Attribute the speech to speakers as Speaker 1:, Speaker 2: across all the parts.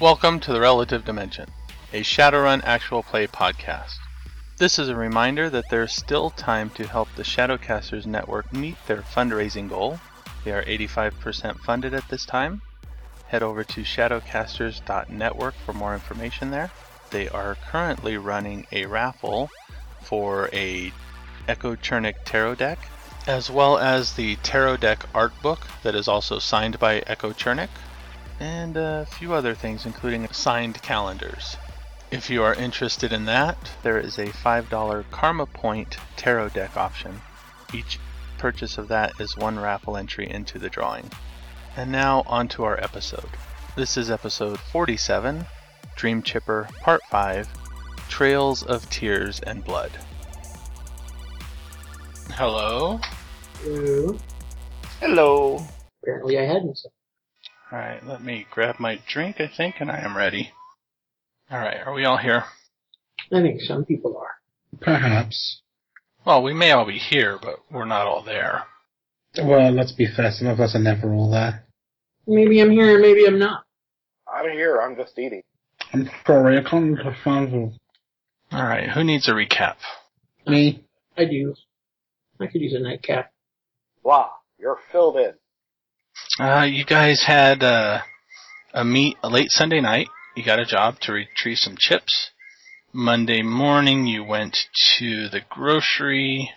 Speaker 1: Welcome to the Relative Dimension, a Shadowrun actual play podcast. This is a reminder that there is still time to help the Shadowcasters Network meet their fundraising goal. They are 85% funded at this time. Head over to shadowcasters.network for more information there. They are currently running a raffle for a Echo Chernik Tarot deck, as well as the Tarot deck art book that is also signed by Echo Chernik, and a few other things, including signed calendars. If you are interested in that, there is a $5 Karma Point Tarot deck option. Each purchase of that is one raffle entry into the drawing. And now on to our episode. This is episode 47, Dream Chipper Part 5, Trails of Tears and Blood. Hello.
Speaker 2: Ooh.
Speaker 3: Hello.
Speaker 2: Mm-hmm. Apparently I hadn't.
Speaker 1: All right, let me grab my drink, I think, and I am ready. All right, are we all here?
Speaker 2: I think some people are.
Speaker 4: Perhaps.
Speaker 1: Well, we may all be here, but we're not all there.
Speaker 4: Well, let's be fair, some of us are never all there.
Speaker 2: Maybe I'm here, maybe I'm not.
Speaker 3: I'm here. I'm just eating.
Speaker 4: I'm sorry, I can't find
Speaker 1: All right, who needs a recap?
Speaker 4: me.
Speaker 2: I do. I could use a nightcap.
Speaker 3: Blah. You're filled in.
Speaker 1: Uh, you guys had uh, a meet late Sunday night. You got a job to retrieve some chips. Monday morning, you went to the grocery,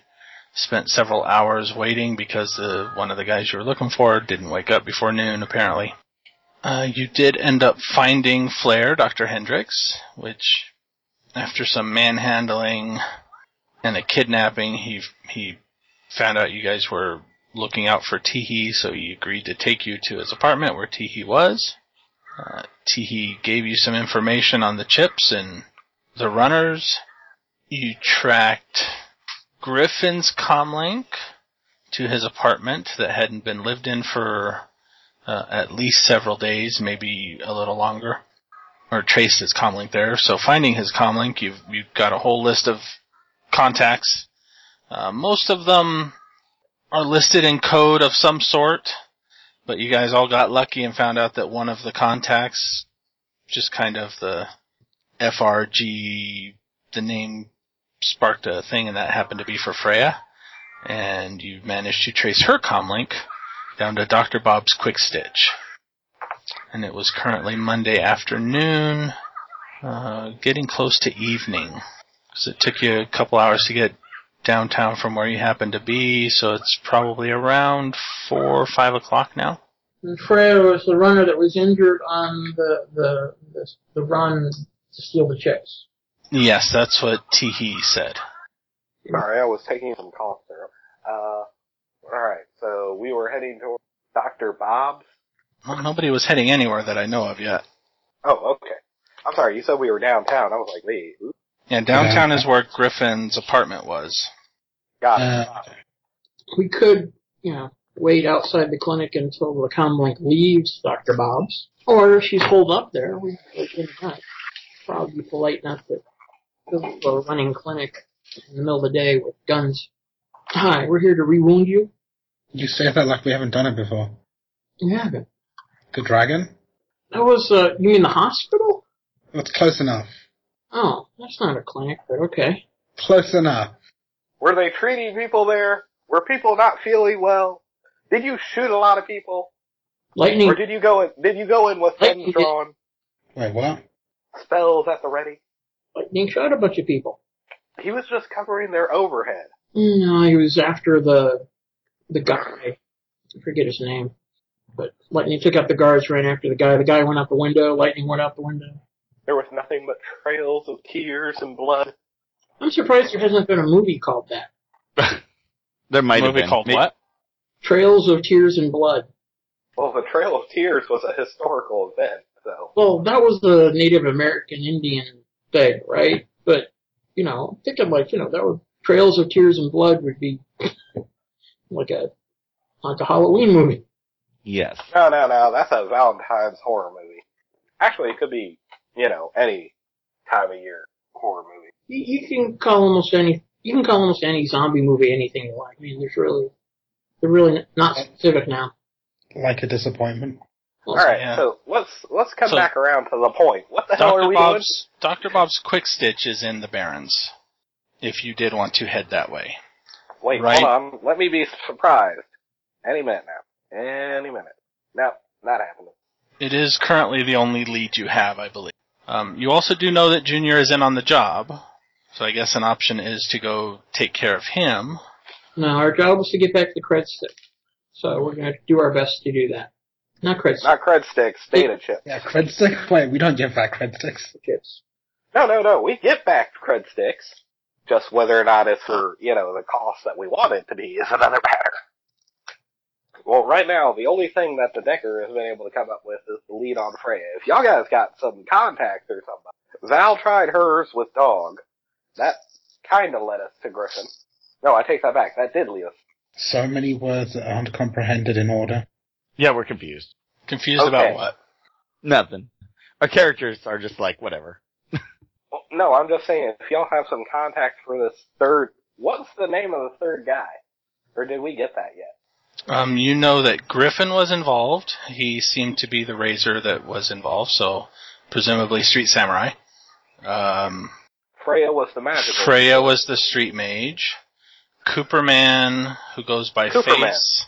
Speaker 1: spent several hours waiting because the, one of the guys you were looking for didn't wake up before noon, apparently. Uh, you did end up finding Flair, Dr. Hendricks, which, after some manhandling and a kidnapping, he he found out you guys were looking out for Teehee, so he agreed to take you to his apartment where Teehee was. Uh, Teehee gave you some information on the chips and the runners. You tracked Griffin's comlink to his apartment that hadn't been lived in for uh, at least several days, maybe a little longer, or traced his comlink there. So finding his comlink, you've you've got a whole list of contacts. Uh, most of them are listed in code of some sort, but you guys all got lucky and found out that one of the contacts, just kind of the FRG, the name sparked a thing, and that happened to be for Freya, and you managed to trace her comlink down to Dr. Bob's Quick Stitch. And it was currently Monday afternoon, uh, getting close to evening. So it took you a couple hours to get downtown from where you happen to be, so it's probably around four or five o'clock now.
Speaker 2: And Freya was the runner that was injured on the the the, the run to steal the checks.
Speaker 1: Yes, that's what Teehee said.
Speaker 3: Sorry, I was taking some cough syrup. Uh, alright, so we were heading toward Dr. Bob's.
Speaker 1: Well, nobody was heading anywhere that I know of yet.
Speaker 3: Oh, okay. I'm sorry, you said we were downtown. I was like, wait, oops,
Speaker 1: Yeah, downtown is where Griffin's apartment was.
Speaker 3: got it.
Speaker 4: Uh,
Speaker 2: We could, you know, wait outside the clinic until the comlink leaves Dr. Bob's. Or if she's holed up there, we we can not. Probably be polite not to go to a running clinic in the middle of the day with guns. Hi, we're here to rewound you.
Speaker 4: you say that like we haven't done it before.
Speaker 2: Yeah. but-
Speaker 4: The dragon?
Speaker 2: That was, uh, you mean the hospital?
Speaker 4: That's close enough.
Speaker 2: Oh, that's not a clinic, but okay.
Speaker 4: Close enough.
Speaker 3: Were they treating people there? Were people not feeling well? Did you shoot a lot of people?
Speaker 2: Lightning.
Speaker 3: Or did you go in, did you go in with
Speaker 2: Wait,
Speaker 3: guns
Speaker 2: did-
Speaker 3: drawn,
Speaker 4: Wait, what?
Speaker 3: spells at the ready?
Speaker 2: Lightning shot a bunch of people.
Speaker 3: He was just covering their overhead.
Speaker 2: No, he was after the the guy. I forget his name. But Lightning took out the guards, ran after the guy. The guy went out the window. Lightning went out the window.
Speaker 3: There was nothing but trails of tears and blood.
Speaker 2: I'm surprised there hasn't been a movie called that.
Speaker 5: There might have
Speaker 1: movie
Speaker 5: been.
Speaker 1: called
Speaker 5: May-
Speaker 1: what?
Speaker 2: Trails of Tears and Blood.
Speaker 3: Well, the Trail of Tears was a historical event, so.
Speaker 2: Well, that was the Native American Indian thing, right? But you know, I'm thinking like you know that would Trails of Tears and Blood would be like a like a Halloween movie.
Speaker 5: Yes.
Speaker 3: No, no, no. That's a Valentine's horror movie. Actually, it could be, you know, any time of year horror movie.
Speaker 2: You, you can call almost any you can call almost any zombie movie anything you like. I mean, there's really They're really not specific now.
Speaker 4: Like a disappointment.
Speaker 3: All right,
Speaker 1: Yeah.
Speaker 3: so let's let's come
Speaker 1: So-
Speaker 3: back around to the point. What the hell are
Speaker 1: Dr.
Speaker 3: we
Speaker 1: Bob's Dr. Bob's Quick Stitch is in the Barrens. If you did want to head that way.
Speaker 3: doing? Wait,
Speaker 1: right.
Speaker 3: hold on. Let me be surprised. Any minute now. Any minute. No, not happening.
Speaker 1: It is currently the only lead you have, I believe. Um, you also do know that Junior is in on the job, so I guess an option is to go take care of him.
Speaker 2: No, our job was to get back to the cred stick. So we're going to do our best to do that. Not cred stick
Speaker 3: Not cred sticks, data chip.
Speaker 4: Yeah, cred stick? Wait, we don't get back cred sticks.
Speaker 2: chips.
Speaker 3: No, no, no. We get back cred sticks. Just whether or not it's for you know the cost that we want it to be is another matter. Well, right now the only thing that the Decker has been able to come up with is the lead on Freya. If y'all guys got some contacts or something, Val tried hers with Dog. That kind of led us to Griffin. No, I take that back. That did lead us.
Speaker 4: So many words that aren't comprehended in order.
Speaker 5: Yeah, we're confused.
Speaker 1: Confused
Speaker 3: Okay.
Speaker 1: about what?
Speaker 5: Nothing. Our characters are just like whatever.
Speaker 3: Well, No, I'm just saying if y'all have some contacts for this third, what's the name of the third guy? Or did we get that yet?
Speaker 1: Um, you know that Griffin was involved. He seemed to be the razor that was involved, so presumably Street Samurai. Um,
Speaker 3: Freya was the magical.
Speaker 1: Freya was the street mage. Cooperman, who goes by
Speaker 3: Cooperman.
Speaker 1: Face,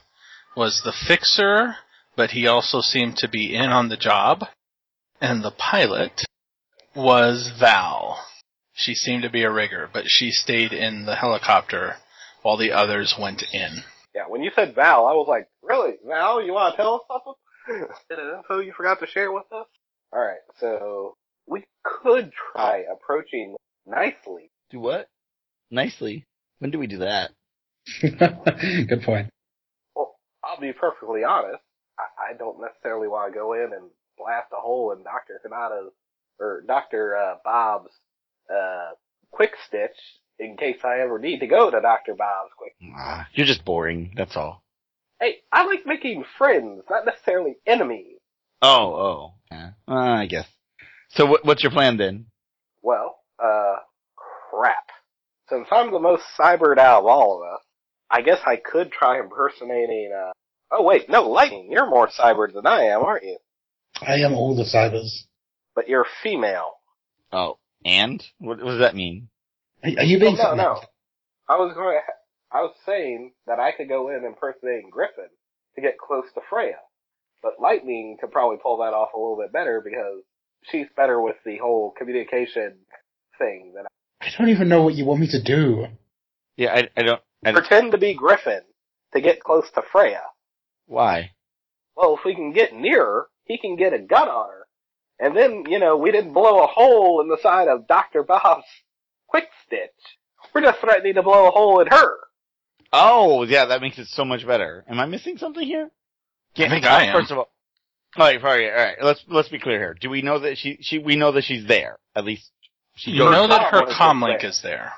Speaker 1: was the fixer, but he also seemed to be in on the job. And the pilot was Val. She seemed to be a rigger, but she stayed in the helicopter while the others went in.
Speaker 3: Yeah, when you said Val, I was like, really? Val, you want to tell us something? Bit of info you forgot to share with us? Alright, so we could try approaching nicely.
Speaker 5: Do what? Nicely. When do we do that?
Speaker 4: Good point.
Speaker 3: Well, I'll be perfectly honest. I, I don't necessarily want to go in and blast a hole in Dr. Kanata's, or Dr. Uh, Bob's, uh, quick stitch in case I ever need to go to Dr. Bob's quick.
Speaker 5: Ah, you're just boring. That's all.
Speaker 3: Hey, I like making friends, not necessarily enemies.
Speaker 5: Oh, oh. Yeah. Uh, I guess. So what, what's your plan then?
Speaker 3: Well, uh, crap. Since I'm the most cybered out of all of us, I guess I could try impersonating, uh, oh wait, no, Lightning, you're more cybered than I am, aren't you?
Speaker 4: I am all the cybers.
Speaker 3: But you're female.
Speaker 5: Oh, and what, what does that mean?
Speaker 4: Are, are you being
Speaker 3: Well, Oh, no,
Speaker 4: sarcastic?
Speaker 3: I was going to, I was saying that I could go in impersonating Griffin to get close to Freya. But Lightning could probably pull that off a little bit better because she's better with the whole communication thing than
Speaker 4: I don't even know what you want me to do.
Speaker 5: Yeah, I, I don't. I
Speaker 3: I
Speaker 5: don't
Speaker 3: Pretend to be Griffin to get close to Freya.
Speaker 5: why?
Speaker 3: well, if we can get nearer, he can get a gun on her. And then, you know, we didn't blow a hole in the side of Dr. Bob's quick stitch. We're just threatening to blow a hole in her.
Speaker 5: Oh, yeah, that makes it so much better. Am I missing something here? oh,
Speaker 1: I think I am.
Speaker 5: First of all, all right, all right, all right. Let's let's be clear here. Do we know that she she we know that she's there at least? She
Speaker 1: You
Speaker 5: goes-
Speaker 1: know that
Speaker 3: com
Speaker 1: her
Speaker 3: was
Speaker 1: comlink
Speaker 3: there.
Speaker 1: is there.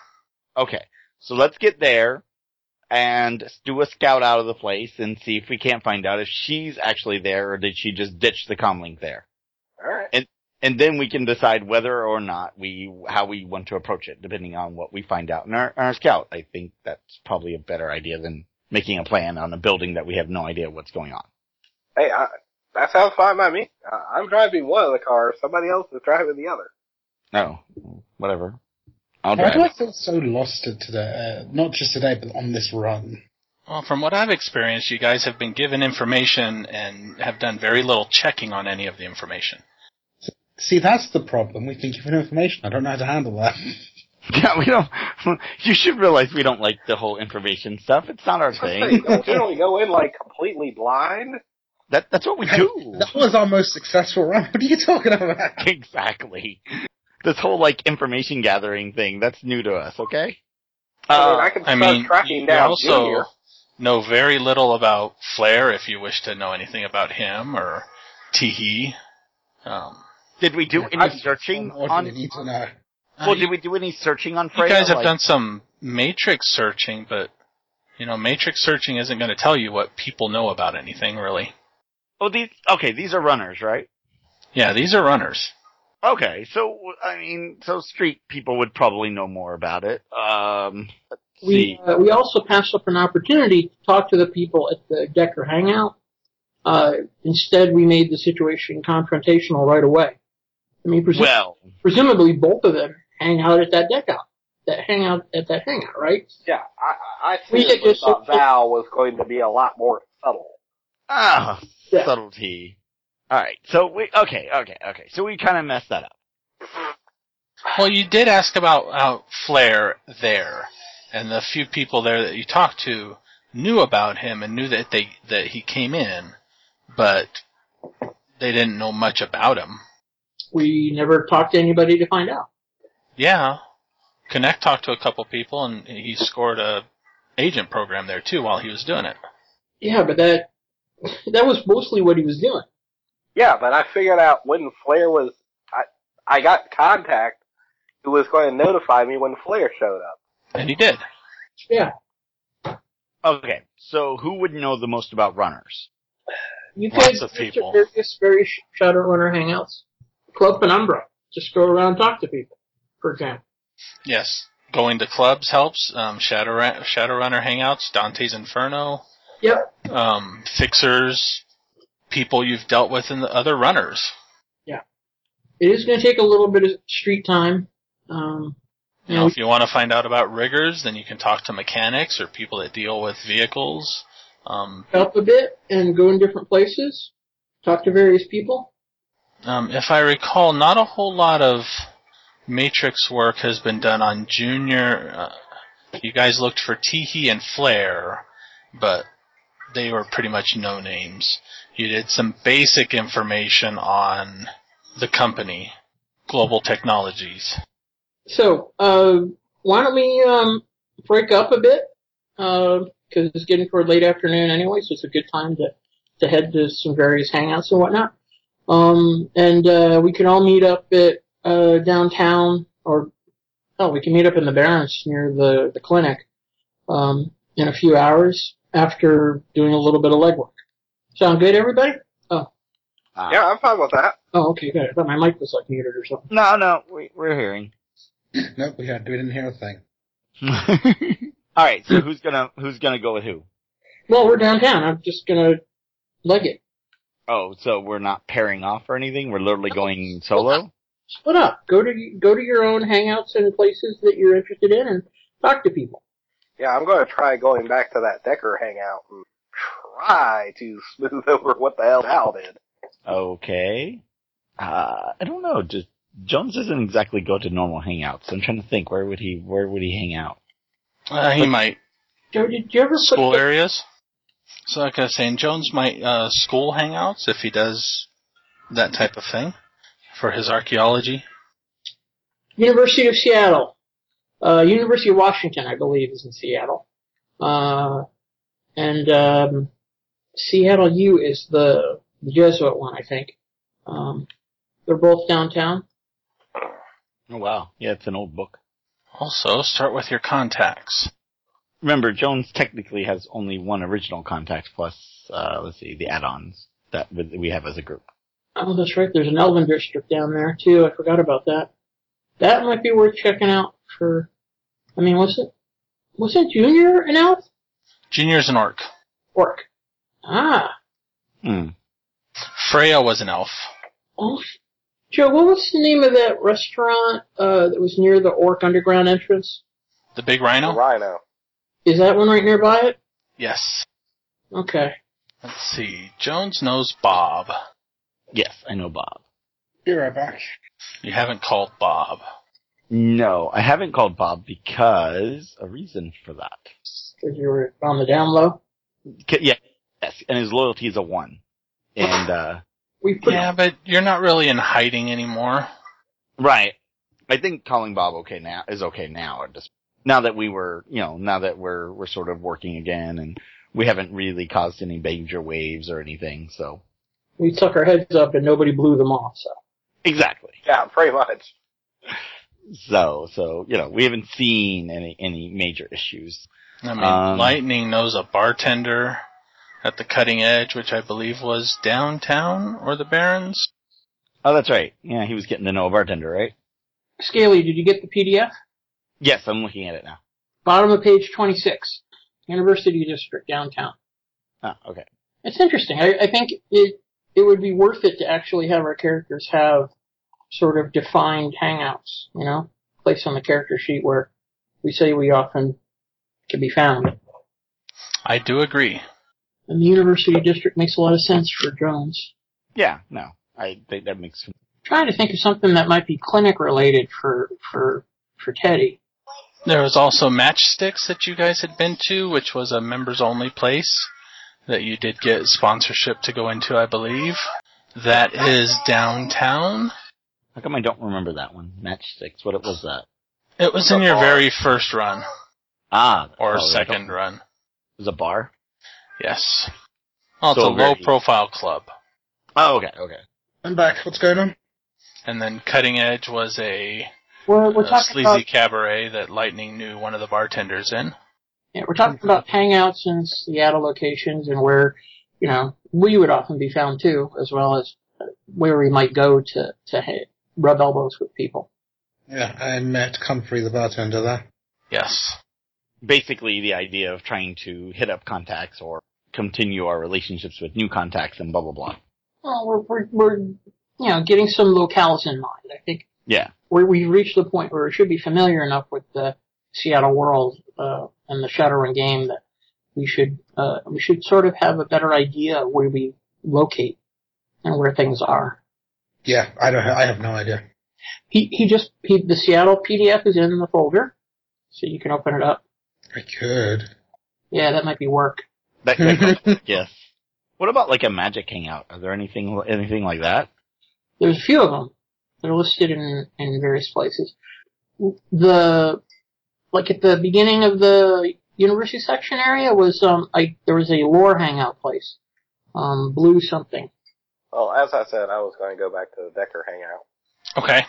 Speaker 5: Okay, so let's get there and do a scout out of the place and see if we can't find out if she's actually there or did she just ditch the comlink there.
Speaker 3: Alright.
Speaker 5: And then we can decide whether or not we how we want to approach it, depending on what we find out in our, our scout. I think that's probably a better idea than making a plan on a building that we have no idea what's going on.
Speaker 3: Hey, I, that sounds fine by me. I, I'm driving one of the cars, somebody else is driving the other.
Speaker 5: Oh, whatever. I'll
Speaker 4: Why
Speaker 5: drive.
Speaker 4: do I feel so lost today? Uh, not just today, but on this run.
Speaker 1: Well, from what I've experienced, you guys have been given information and have done very little checking on any of the information.
Speaker 4: See, that's the problem. We've been given information. I don't know how to handle that.
Speaker 5: Yeah, we don't. You should realize we don't like the whole information stuff. It's not our
Speaker 3: Hey,
Speaker 5: thing.
Speaker 3: don't generally go in like completely blind.
Speaker 5: That that's what we do.
Speaker 4: that was our most successful run. What are you talking about?
Speaker 5: exactly. This whole like information gathering thing that's new to us. Okay.
Speaker 3: I,
Speaker 5: Uh,
Speaker 3: mean, I can
Speaker 1: I
Speaker 3: start
Speaker 1: mean,
Speaker 3: tracking
Speaker 1: you
Speaker 3: down
Speaker 1: also
Speaker 3: Junior.
Speaker 1: know very little about Flair if you wish to know anything about him or Teehee. Um,
Speaker 5: did we do
Speaker 4: I'm
Speaker 5: any searching
Speaker 4: What
Speaker 5: on?
Speaker 4: do we need to know?
Speaker 5: Well,
Speaker 1: I-
Speaker 5: did we do any searching on
Speaker 1: you
Speaker 5: Freya?
Speaker 1: guys have
Speaker 5: Like-
Speaker 1: done some matrix searching, but you know, matrix searching isn't going to tell you what people know about anything, really.
Speaker 5: Oh, these. Okay, these are runners, right?
Speaker 1: Yeah, these are runners.
Speaker 5: Okay, so I mean, so street people would probably know more about it. Um,
Speaker 2: We uh, we also passed up an opportunity to talk to the people at the Decker Hangout. Uh, instead, we made the situation confrontational right away. I mean, presu-
Speaker 5: Well,
Speaker 2: presumably both of them hang out at that deck out, that hangout at that hangout, right?
Speaker 3: Yeah, I, I I
Speaker 2: We
Speaker 3: seriously
Speaker 2: did this-
Speaker 3: thought Val was going to be a lot more subtle.
Speaker 5: ah,
Speaker 2: Yeah.
Speaker 5: subtlety. All right, so we okay, okay, okay. So we kind of messed that up.
Speaker 1: Well, you did ask about uh, Flair there, and the few people there that you talked to knew about him and knew that they that he came in, but they didn't know much about him.
Speaker 2: We never talked to anybody to find out.
Speaker 1: Yeah, Connect talked to a couple people, and he scored a agent program there too while he was doing it.
Speaker 2: Yeah, but that that was mostly what he was doing.
Speaker 3: Yeah, but I figured out when Flair was. I I got contact who was going to notify me when Flair showed up.
Speaker 1: And he did.
Speaker 2: Yeah,
Speaker 5: Okay, so who would know the most about runners?
Speaker 2: you
Speaker 1: Lots
Speaker 2: could
Speaker 1: of
Speaker 2: visit
Speaker 1: people.
Speaker 2: various various Shadowrunner hangouts, Club Penumbra. Just go around and talk to people, for example.
Speaker 1: Yes, going to clubs helps. Um, Shadow Shadowrunner hangouts, Dante's Inferno,
Speaker 2: Yep.
Speaker 1: um, fixers, people you've dealt with, in the other runners.
Speaker 2: It is going to take a little bit of street time. Um,
Speaker 1: You know, if you want to find out about riggers, then you can talk to mechanics or people that deal with vehicles. Um,
Speaker 2: up a bit and go in different places, talk to various people.
Speaker 1: um, if I recall, not a whole lot of matrix work has been done on Junior. Uh, you guys looked for Teehee and Flair, but they were pretty much no names. You did some basic information on the company, Global Technologies.
Speaker 2: So, uh, why don't we um, break up a bit? Because it's getting toward late afternoon anyway, so it's a good time to, to head to some various hangouts and whatnot. Um, and uh, we can all meet up at uh, downtown, or oh, we can meet up in the Barrens near the, the clinic um, in a few hours after doing a little bit of legwork. Sound good, everybody?
Speaker 5: Uh,
Speaker 3: Yeah, I'm fine with that.
Speaker 2: Oh, okay, good. I thought my mic was like muted or something.
Speaker 5: No, no, we, we're hearing.
Speaker 4: Nope, we had we didn't hear a thing.
Speaker 5: All right, so who's gonna who's gonna go with who?
Speaker 2: Well, we're downtown. I'm just gonna leg it.
Speaker 5: Oh, so we're not pairing off or anything. We're literally going solo.
Speaker 2: Split up. Go to go to your own hangouts and places that you're interested in, and talk to people.
Speaker 3: Yeah, I'm going to try going back to that Decker hangout and try to smooth over what the hell Val did.
Speaker 5: Okay. Uh, I don't know. Just Jones doesn't exactly go to normal hangouts. I'm trying to think. Where would he? Where would he hang out?
Speaker 1: Uh, he might
Speaker 2: Joe, did you ever put
Speaker 1: school
Speaker 2: the-
Speaker 1: areas. So like I was saying, Jones might uh, school hangouts if he does that type of thing for his archaeology.
Speaker 2: University of Seattle, uh, University of Washington, I believe, is in Seattle, uh, and um, Seattle U is the Jesuit one, I think. Um, they're both downtown.
Speaker 5: Oh wow. Yeah, it's an old book.
Speaker 1: Also, start with your contacts.
Speaker 5: Remember, Jones technically has only one original contact plus. Uh, let's see, the add-ons that w- we have as a group.
Speaker 2: Oh, that's right. There's an Elven district down there too. I forgot about that. That might be worth checking out for. I mean, was it was it Junior an elf?
Speaker 1: Junior's an orc.
Speaker 2: Orc. Ah,
Speaker 5: Hmm.
Speaker 1: Freya was an elf.
Speaker 2: elf. Joe, what was the name of that restaurant uh, that was near the Orc Underground entrance?
Speaker 1: The big
Speaker 3: The
Speaker 1: rhino?
Speaker 3: Rhino.
Speaker 2: Is that one right nearby it?
Speaker 1: Yes.
Speaker 2: Okay.
Speaker 1: Let's see. Jones knows Bob.
Speaker 5: Yes, I know Bob.
Speaker 4: You're right back.
Speaker 1: You haven't called Bob.
Speaker 5: No, I haven't called Bob because a reason for that.
Speaker 2: 'Cause you were on the down low.
Speaker 5: K- Yeah, yes, and his loyalty is a one. And uh
Speaker 2: We put
Speaker 1: Yeah, but you're not really in hiding anymore.
Speaker 5: right, I think calling Bob okay now is okay now. or Just now that we were, you know, now that we're we're sort of working again, and we haven't really caused any major waves or anything. So
Speaker 2: we took our heads up and nobody blew them off. So
Speaker 5: exactly.
Speaker 3: Yeah, pretty much.
Speaker 5: So so you know we haven't seen any any major issues.
Speaker 1: I mean,
Speaker 5: Um,
Speaker 1: Lightning knows a bartender at the cutting edge, which I believe was downtown or the Barrens.
Speaker 5: Oh, that's right. Yeah, he was getting to know a bartender, right?
Speaker 2: Scaly, did you get the PDF?
Speaker 5: Yes, I'm looking at it now.
Speaker 2: Bottom of page 26, University District, downtown.
Speaker 5: Ah, okay.
Speaker 2: It's interesting. I, I think it it would be worth it to actually have our characters have sort of defined hangouts, you know, place on the character sheet where we say we often can be found.
Speaker 1: I do agree.
Speaker 2: And the university district makes a lot of sense for drones.
Speaker 5: Yeah, no, I think that makes
Speaker 2: Trying to think of something that might be clinic related for for for Teddy.
Speaker 1: There was also Matchsticks that you guys had been to, which was a members only place that you did get sponsorship to go into, I believe. That is downtown.
Speaker 5: How come I don't remember that one? Matchsticks. What it was that?
Speaker 1: It was in your very first run
Speaker 5: Ah,
Speaker 1: or
Speaker 5: Uh, oh,
Speaker 1: second
Speaker 5: It
Speaker 1: run.
Speaker 5: was a bar.
Speaker 1: Yes. Well, it's
Speaker 5: So
Speaker 1: a
Speaker 5: very-
Speaker 1: low profile club.
Speaker 5: Oh, okay, okay.
Speaker 4: I'm back. What's going on?
Speaker 1: And then Cutting Edge was a,
Speaker 2: We're we're
Speaker 1: a
Speaker 2: talking
Speaker 1: Uh, sleazy
Speaker 2: about
Speaker 1: cabaret that Lightning knew one of the bartenders in.
Speaker 2: yeah, we're talking about hangouts in Seattle locations and where you know we would often be found too, as well as where we might go to to ha- rub elbows with people.
Speaker 4: Yeah, I met Comfrey, the bartender there.
Speaker 1: Yes.
Speaker 5: Basically, the idea of trying to hit up contacts or continue our relationships with new contacts and blah blah blah.
Speaker 2: Well, we're we're, we're you know getting some locales in mind. I think
Speaker 5: Yeah,
Speaker 2: where we reached the point where it should be familiar enough with the Seattle world uh, and the Shadowrun game that we should uh, we should sort of have a better idea of where we locate and where things are.
Speaker 4: Yeah, I don't. I have no idea.
Speaker 2: He he just he, the Seattle PDF is in the folder, so you can open it up.
Speaker 4: I could.
Speaker 2: Yeah, that might be work.
Speaker 5: that, that yes. What about like a magic hangout? Are there anything anything like that?
Speaker 2: There's a few of them. They're listed in, in various places. The, like at the beginning of the university section area was, um, I, there was a lore hangout place. Um, blue something.
Speaker 3: Well, as I said, I was going to go back to the Decker hangout.
Speaker 1: Okay.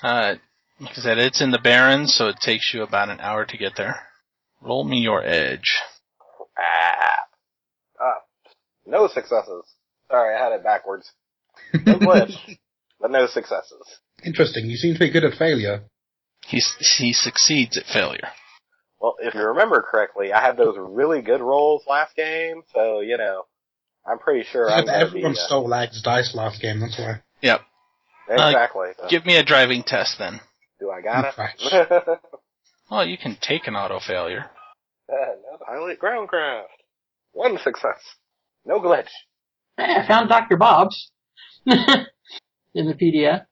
Speaker 1: Uh, like I said, it's in the Barrens, so it takes you about an hour to get there. Roll me your edge.
Speaker 3: Ah. Ah. No successes. Sorry, I had it backwards. No glitch, but no successes.
Speaker 4: Interesting. You seem to be good at failure.
Speaker 1: He, s- he succeeds at failure.
Speaker 3: Well, if you remember correctly, I had those really good rolls last game, so, you know, I'm pretty sure
Speaker 4: Yeah,
Speaker 3: I'm
Speaker 4: but
Speaker 3: going to be...
Speaker 4: everyone
Speaker 3: uh,
Speaker 4: stole Lag's dice last game. That's why.
Speaker 1: Yep. uh,
Speaker 3: exactly. So,
Speaker 1: Give me a driving test then.
Speaker 3: do I got it?
Speaker 4: Gosh.
Speaker 1: Well, you can take an auto failure.
Speaker 3: no, pilot groundcraft. One success. No glitch.
Speaker 2: Hey, Eh, I found Dr. Bob's in the PDF.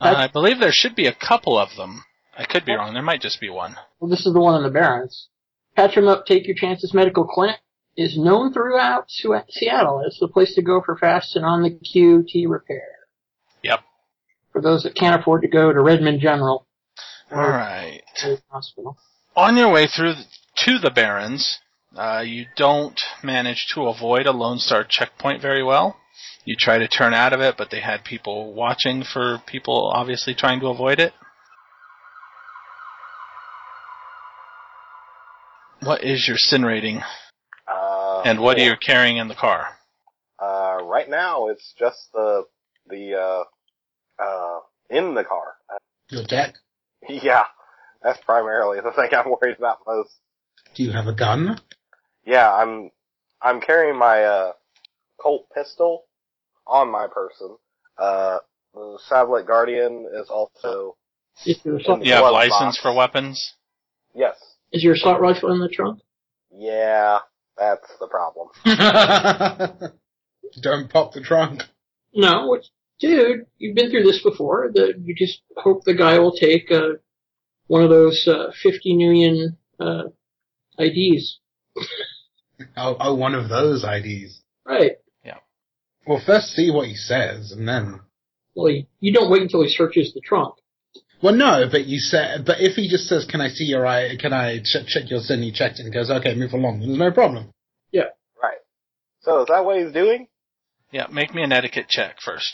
Speaker 1: Uh,
Speaker 2: That's-
Speaker 1: I believe there should be a couple of them. I could be wrong. There might just be one.
Speaker 2: Well, this is the one in the Barrens. Patch 'em up, take your chances. Medical clinic is known throughout Su- Seattle as the place to go for fast and on the queue T repair.
Speaker 1: Yep.
Speaker 2: For those that can't afford to go to Redmond General
Speaker 1: All right.
Speaker 2: Hospital.
Speaker 1: On your way through th- to the Barrens, uh, you don't manage to avoid a Lone Star checkpoint very well. You try to turn out of it, but they had people watching for people obviously trying to avoid it. What is your sin rating,
Speaker 3: Uh,
Speaker 1: and what are
Speaker 3: four.
Speaker 1: you carrying in the car?
Speaker 3: Uh, right now, it's just the the uh, uh, in the car. Uh,
Speaker 4: Your deck.
Speaker 3: yeah, that's primarily the thing I'm worried about most.
Speaker 4: Do you have a gun?
Speaker 3: Yeah, I'm I'm carrying my uh, Colt pistol on my person. Uh, the Satellite Guardian is also
Speaker 2: Is your, assault,
Speaker 1: Do you have
Speaker 3: Glove
Speaker 1: license
Speaker 3: box.
Speaker 1: for weapons?
Speaker 3: yes,
Speaker 2: is your assault rifle in the trunk?
Speaker 3: yeah, that's the problem.
Speaker 4: don't pop the trunk.
Speaker 2: No. What, dude, you've been through this before. The, you just hope the guy will take uh, one of those uh, 50 million uh, IDs.
Speaker 4: Oh, oh, one of those IDs.
Speaker 2: Right.
Speaker 4: Well, first see what he says, and then.
Speaker 2: Well, you, you don't wait until he searches the trunk.
Speaker 4: Well, no, but you said. But if he just says, "Can I see your eye? Can I ch- check your sin?" He checks it and goes, "Okay, move along." There's no problem.
Speaker 3: Right. So is that what he's doing?
Speaker 1: Yeah, make me an etiquette check first.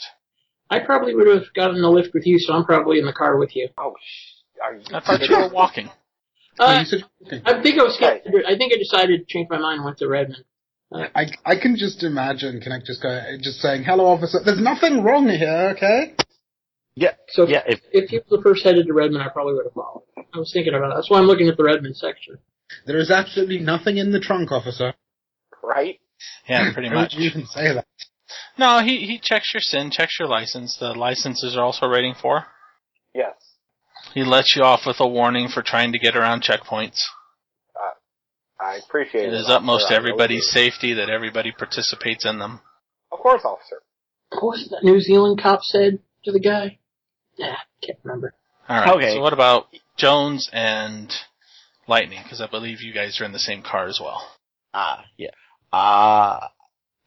Speaker 2: I probably would have gotten a lift with you, so I'm probably in the car with you.
Speaker 3: Oh, sh- are you?
Speaker 1: I thought you were walking.
Speaker 4: Well,
Speaker 2: Uh,
Speaker 4: you said- okay.
Speaker 2: I think I was. I think I decided to change my mind and went to Redmond.
Speaker 4: I I can just imagine Connect just go just saying, "Hello, officer." There's nothing wrong here, okay?
Speaker 5: Yeah,
Speaker 2: So
Speaker 5: yeah. If
Speaker 2: if he was the first headed to Redmond, I probably would have followed. I was thinking about it. That's why I'm looking at the Redmond section.
Speaker 4: There is absolutely nothing in the trunk, officer.
Speaker 3: right?
Speaker 1: Yeah, pretty
Speaker 4: How
Speaker 1: much.
Speaker 4: would you even say that?
Speaker 1: No, he he checks your sin, checks your license. The licenses are also rating four.
Speaker 3: Yes.
Speaker 1: He lets you off with a warning for trying to get around checkpoints.
Speaker 3: I appreciate it.
Speaker 1: It is
Speaker 3: officer.
Speaker 1: utmost to
Speaker 3: I know
Speaker 1: everybody's
Speaker 3: you-
Speaker 1: safety that everybody participates in them.
Speaker 3: Of course, officer.
Speaker 2: What was it that New Zealand cop said to the guy? Nah, can't remember.
Speaker 1: All right.
Speaker 5: Okay.
Speaker 1: So what about Jones and Lightning? Because I believe you guys are in the same car as well.
Speaker 5: Ah, yeah. Ah,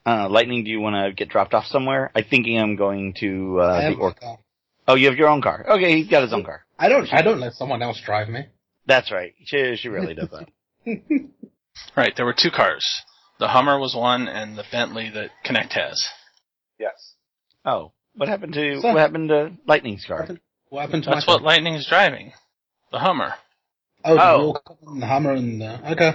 Speaker 5: uh, Lightning, do you want to get dropped off somewhere? I'm thinking I'm going to
Speaker 4: I
Speaker 5: uh,
Speaker 4: have
Speaker 5: the or-
Speaker 4: a car.
Speaker 5: Oh, you have your own car. Okay, he's got his own car.
Speaker 4: I don't. I don't let someone else drive me.
Speaker 5: That's right. She she really does that.
Speaker 1: Right. There were two cars. The Hummer was one, and the Bentley that Connect has.
Speaker 3: Yes.
Speaker 5: Oh, what happened to
Speaker 4: So-
Speaker 5: what happened to Lightning's car?
Speaker 4: Happened- What happened to
Speaker 1: That's
Speaker 4: my
Speaker 1: what
Speaker 4: car?
Speaker 1: Lightning's driving. The Hummer.
Speaker 4: Oh,
Speaker 5: Oh.
Speaker 4: the walk and the hammer and the okay.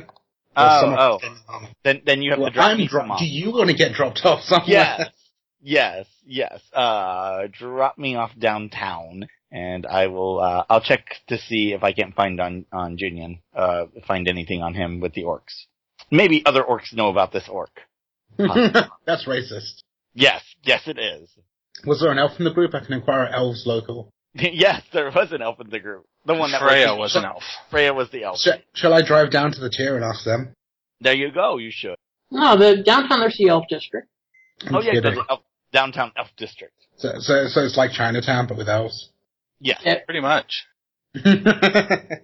Speaker 4: Well, someone-
Speaker 5: Oh, oh, then then you have
Speaker 4: Well,
Speaker 5: to drop
Speaker 4: I'm
Speaker 5: me some
Speaker 4: drop.
Speaker 5: off.
Speaker 4: Do you want to get dropped off somewhere?
Speaker 5: Yes, yes, yes. Uh, drop me off downtown, and I will. Uh, I'll check to see if I can't find on on Junian. Uh, find anything on him with the orcs. Maybe other orcs know about this orc.
Speaker 4: That's racist.
Speaker 5: Yes, yes, it is.
Speaker 4: Was there an elf in the group? I can inquire at elves local.
Speaker 5: yes, there was an elf in the group. The one that
Speaker 1: Freya
Speaker 5: was,
Speaker 1: was an elf.
Speaker 5: Freya was the elf.
Speaker 4: Sh- shall I drive down to the tier and ask them?
Speaker 5: There you go. You should.
Speaker 2: No, the downtown there's the Elf District.
Speaker 4: I'm
Speaker 5: oh yeah,
Speaker 4: kidding.
Speaker 5: there's an elf, downtown elf district.
Speaker 4: So, so, so it's like Chinatown, but with elves.
Speaker 5: Yes.
Speaker 1: Pretty much.
Speaker 4: and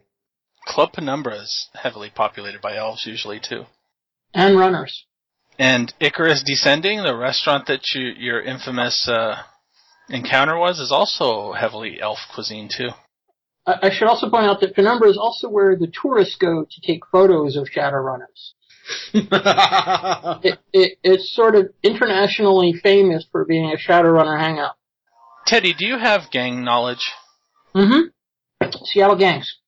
Speaker 1: Club Penumbra is heavily populated by elves usually too.
Speaker 2: And runners.
Speaker 1: And Icarus Descending, the restaurant that you, your infamous uh, encounter was, is also heavily elf cuisine too.
Speaker 2: I, I should also point out that Penumbra is also where the tourists go to take photos of Shadowrunners. It, it, it's sort of internationally famous for being a Shadowrunner hangout.
Speaker 1: Teddy, do you have gang knowledge?
Speaker 2: Mm-hmm. Seattle gangs.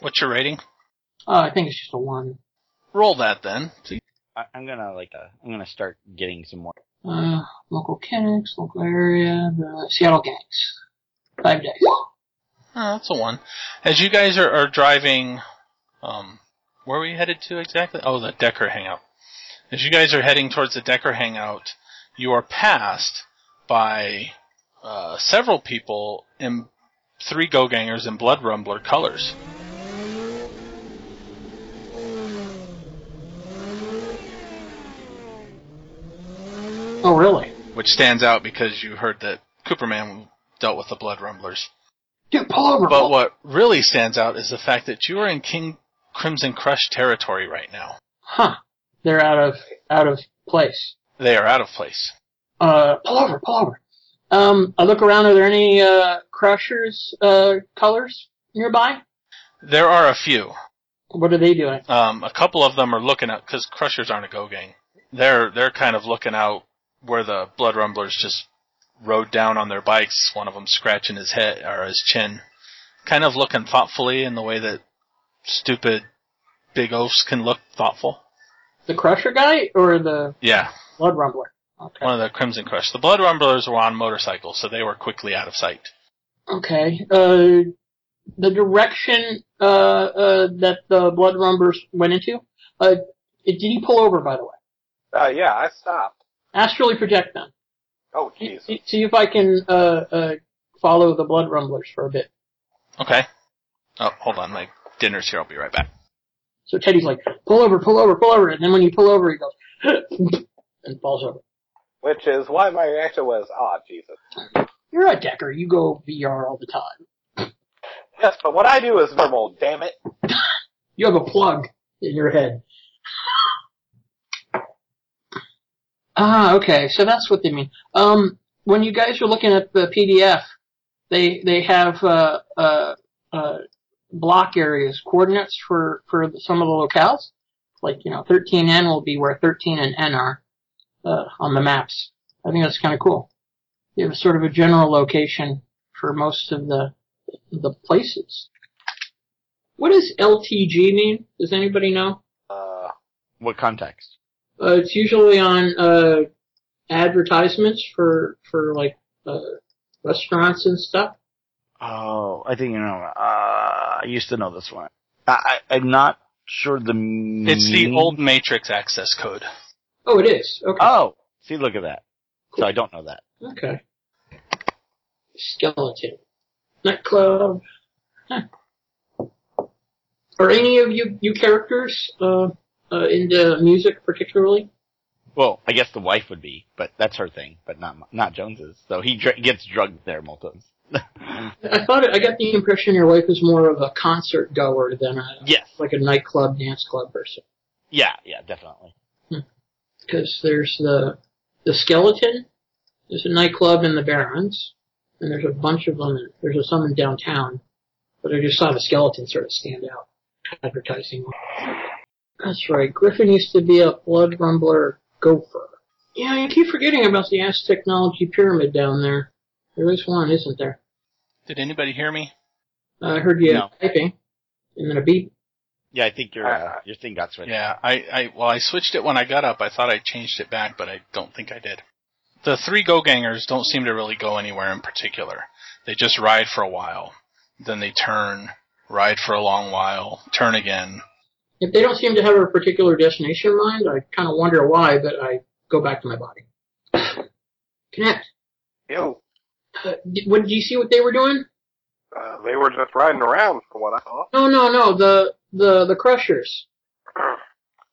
Speaker 1: What's your rating?
Speaker 2: Oh, I think it's just a one.
Speaker 1: Roll that then.
Speaker 5: I, I'm gonna like. Uh, I'm gonna start getting some more.
Speaker 2: Uh, local kinetics, local area, the Seattle gangs. Five days.
Speaker 1: Oh, that's a one. As you guys are, are driving, um, where were you headed to exactly? Oh, the Decker hangout. As you guys are heading towards the Decker hangout, you are passed by uh, several people in three go gangers in Blood Rumbler colors.
Speaker 2: Oh, really?
Speaker 1: which stands out because you heard that Cooperman dealt with the Blood Rumblers.
Speaker 2: Dude, pull over.
Speaker 1: But what really stands out is the fact that you are in King Crimson Crush territory right now.
Speaker 2: Huh. They're out of out of place.
Speaker 1: They are out of place.
Speaker 2: Uh, pull over, pull over. Um, I look around. Are there any uh, crushers uh, colors nearby?
Speaker 1: There are a few.
Speaker 2: What are they doing?
Speaker 1: Um, a couple of them are looking out because Crushers aren't a go gang. They're they're kind of looking out where the Blood Rumblers just rode down on their bikes. One of them scratching his head or his chin, kind of looking thoughtfully in the way that stupid big oafs can look thoughtful.
Speaker 2: The crusher guy or the
Speaker 1: Yeah,
Speaker 2: blood rumbler? Okay.
Speaker 1: one of the Crimson Crush. The Blood Rumblers were on motorcycles, so they were quickly out of sight.
Speaker 2: Okay. Uh, the direction uh, uh, that the blood rumblers went into. Uh, did he pull over? By the way,
Speaker 3: Uh, yeah, I stopped.
Speaker 2: astrally project them.
Speaker 3: Oh,
Speaker 2: See
Speaker 3: jeez.
Speaker 2: see- see if I can uh, uh, follow the blood rumblers for a bit.
Speaker 1: Okay. Oh, hold on, my dinner's here. I'll be right back.
Speaker 2: So Teddy's like, pull over, pull over, pull over. And then when you pull over, he goes, and falls over.
Speaker 3: Which is why my reaction was, ah, Jesus.
Speaker 2: You're a decker. You go VR all the time.
Speaker 3: Yes, but what I do is normal, damn it.
Speaker 2: You have a plug in your head. Ah, okay. So that's what they mean. Um, when you guys are looking at the PDF, they they have uh, uh, uh, block areas, coordinates for for some of the locales. Like you know, 13N will be where 13 and N are uh, on the maps. I think that's kind of cool. You have sort of a general location for most of the the places. What does LTG mean? Does anybody know?
Speaker 3: Uh,
Speaker 5: What context?
Speaker 2: Uh, it's usually on uh, advertisements for for like uh, restaurants and stuff.
Speaker 5: Oh, I think you know. Uh, I used to know this one. I, I, I'm not sure the.
Speaker 1: It's the
Speaker 5: meaning-
Speaker 1: old Matrix access code.
Speaker 2: Oh, it is. Okay.
Speaker 5: Oh, see, look at that. So I don't know that.
Speaker 2: Okay. Skeleton. Nightclub. Huh. Are any of you, you characters uh, uh, into music particularly?
Speaker 5: Well, I guess the wife would be, but that's her thing, but not m- not Jones's. So he dr- gets drugged there multiple times.
Speaker 2: I thought I got the impression your wife was more of a concert goer than a
Speaker 5: yes.
Speaker 2: like a nightclub dance club person.
Speaker 5: Yeah. Yeah. Definitely.
Speaker 2: Because there's the the skeleton, there's a nightclub in the Barrens, and there's a bunch of them. in- There's some in downtown, but I just saw the skeleton sort of stand out advertising. That's right. Griffin used to be a blood rumbler gopher. Yeah, you keep forgetting about the Ass Technology Pyramid down there. There is one, isn't there?
Speaker 1: Did anybody hear me?
Speaker 2: I heard you
Speaker 5: No.
Speaker 2: typing, and then a beep.
Speaker 5: Yeah. I think your uh, your thing got switched.
Speaker 1: Yeah, I, I well, I switched it when I got up. I thought I changed it back, but I don't think I did. The three go gangers don't seem to really go anywhere in particular. They just ride for a while, then they turn, ride for a long while, turn again.
Speaker 2: If they don't seem to have a particular destination in mind, I kind of wonder why, but I go back to my body. Connect.
Speaker 3: Yo,
Speaker 2: Uh, did, what, did you see what they were doing?
Speaker 3: uh, they were just riding around from what I saw.
Speaker 2: No, no, no. The the the crushers.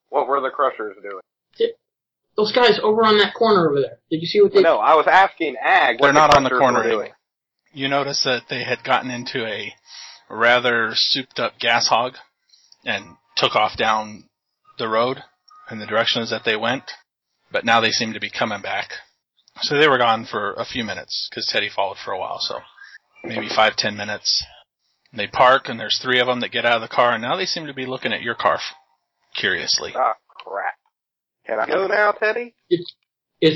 Speaker 3: What were the crushers doing?
Speaker 2: Those guys over on that corner over there. Did you see what they?
Speaker 3: No, I was asking Ag. What
Speaker 1: They're not on the
Speaker 3: Crushers
Speaker 1: corner
Speaker 3: were doing.
Speaker 1: anymore. You notice that they had gotten into a rather souped up gas hog and took off down the road in the directions that they went, but now they seem to be coming back. So they were gone for a few minutes because Teddy followed for a while, so maybe five, ten minutes. And They park and there's three of them that get out of the car and now they seem to be looking at your car f- curiously.
Speaker 3: Ah, crap. Can I go now, Teddy?
Speaker 2: Is,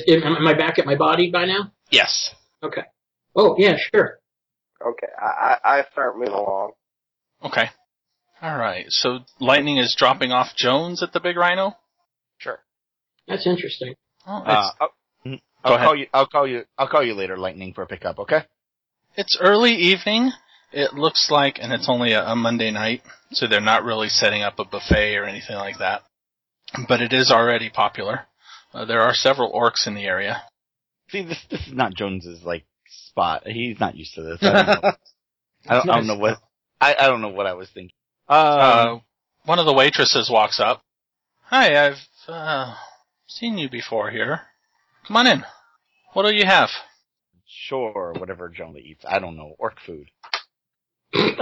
Speaker 2: am- am I back at my body by now?
Speaker 1: Yes.
Speaker 2: Okay. Oh yeah, sure.
Speaker 3: Okay, I I, I start moving along.
Speaker 1: Okay. All right. So Lightning is dropping off Jones at the Big Rhino.
Speaker 5: Sure.
Speaker 2: That's interesting.
Speaker 1: Oh, it's-
Speaker 5: Uh, I'll, mhm. I'll
Speaker 1: ahead.
Speaker 5: call you. I'll call you. I'll call you later, Lightning, for a pickup. Okay.
Speaker 1: It's early evening. It looks like, and it's only a, a Monday night, so they're not really setting up a buffet or anything like that. But it is already popular. Uh, there are several orcs in the area.
Speaker 5: See, this this is not Jones's like spot. He's not used to this. I don't know, I don't, I don't know what. I, I don't know what I was thinking.
Speaker 1: Uh, one of the waitresses walks up. Hi, I've uh, seen you before here. Come on in. What do you have?
Speaker 5: sure, whatever Jonah eats. I don't know. Orc food.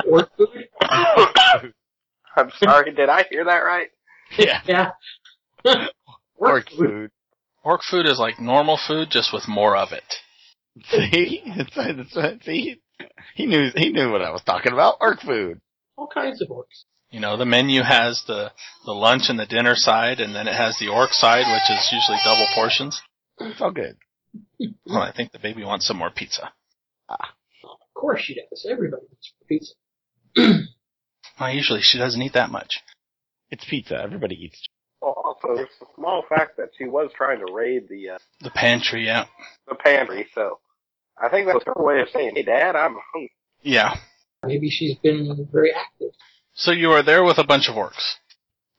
Speaker 2: Or food.
Speaker 3: I'm sorry, did I hear that right?
Speaker 5: Yeah.
Speaker 2: Yeah.
Speaker 5: Orc food.
Speaker 1: Orc food is like normal food, just with more of it.
Speaker 5: See, it's, it's, it's, he, he knew he knew what I was talking about. Orc food.
Speaker 2: All kinds of orcs.
Speaker 1: You know, the menu has the the lunch and the dinner side, and then it has the orc side, which is usually double portions.
Speaker 5: It's all good.
Speaker 1: Well, I think the baby wants some more pizza.
Speaker 2: Of course she does. Everybody eats pizza.
Speaker 1: Well, usually she doesn't eat that much.
Speaker 5: It's pizza. Everybody eats.
Speaker 3: Well, also, it's the small fact that she was trying to raid the uh,
Speaker 1: The pantry, yeah.
Speaker 3: the pantry, so I think that was her way of saying, "Hey, Dad, I'm hungry."
Speaker 1: Yeah.
Speaker 2: Maybe she's been very active.
Speaker 1: So you are there with a bunch of orcs.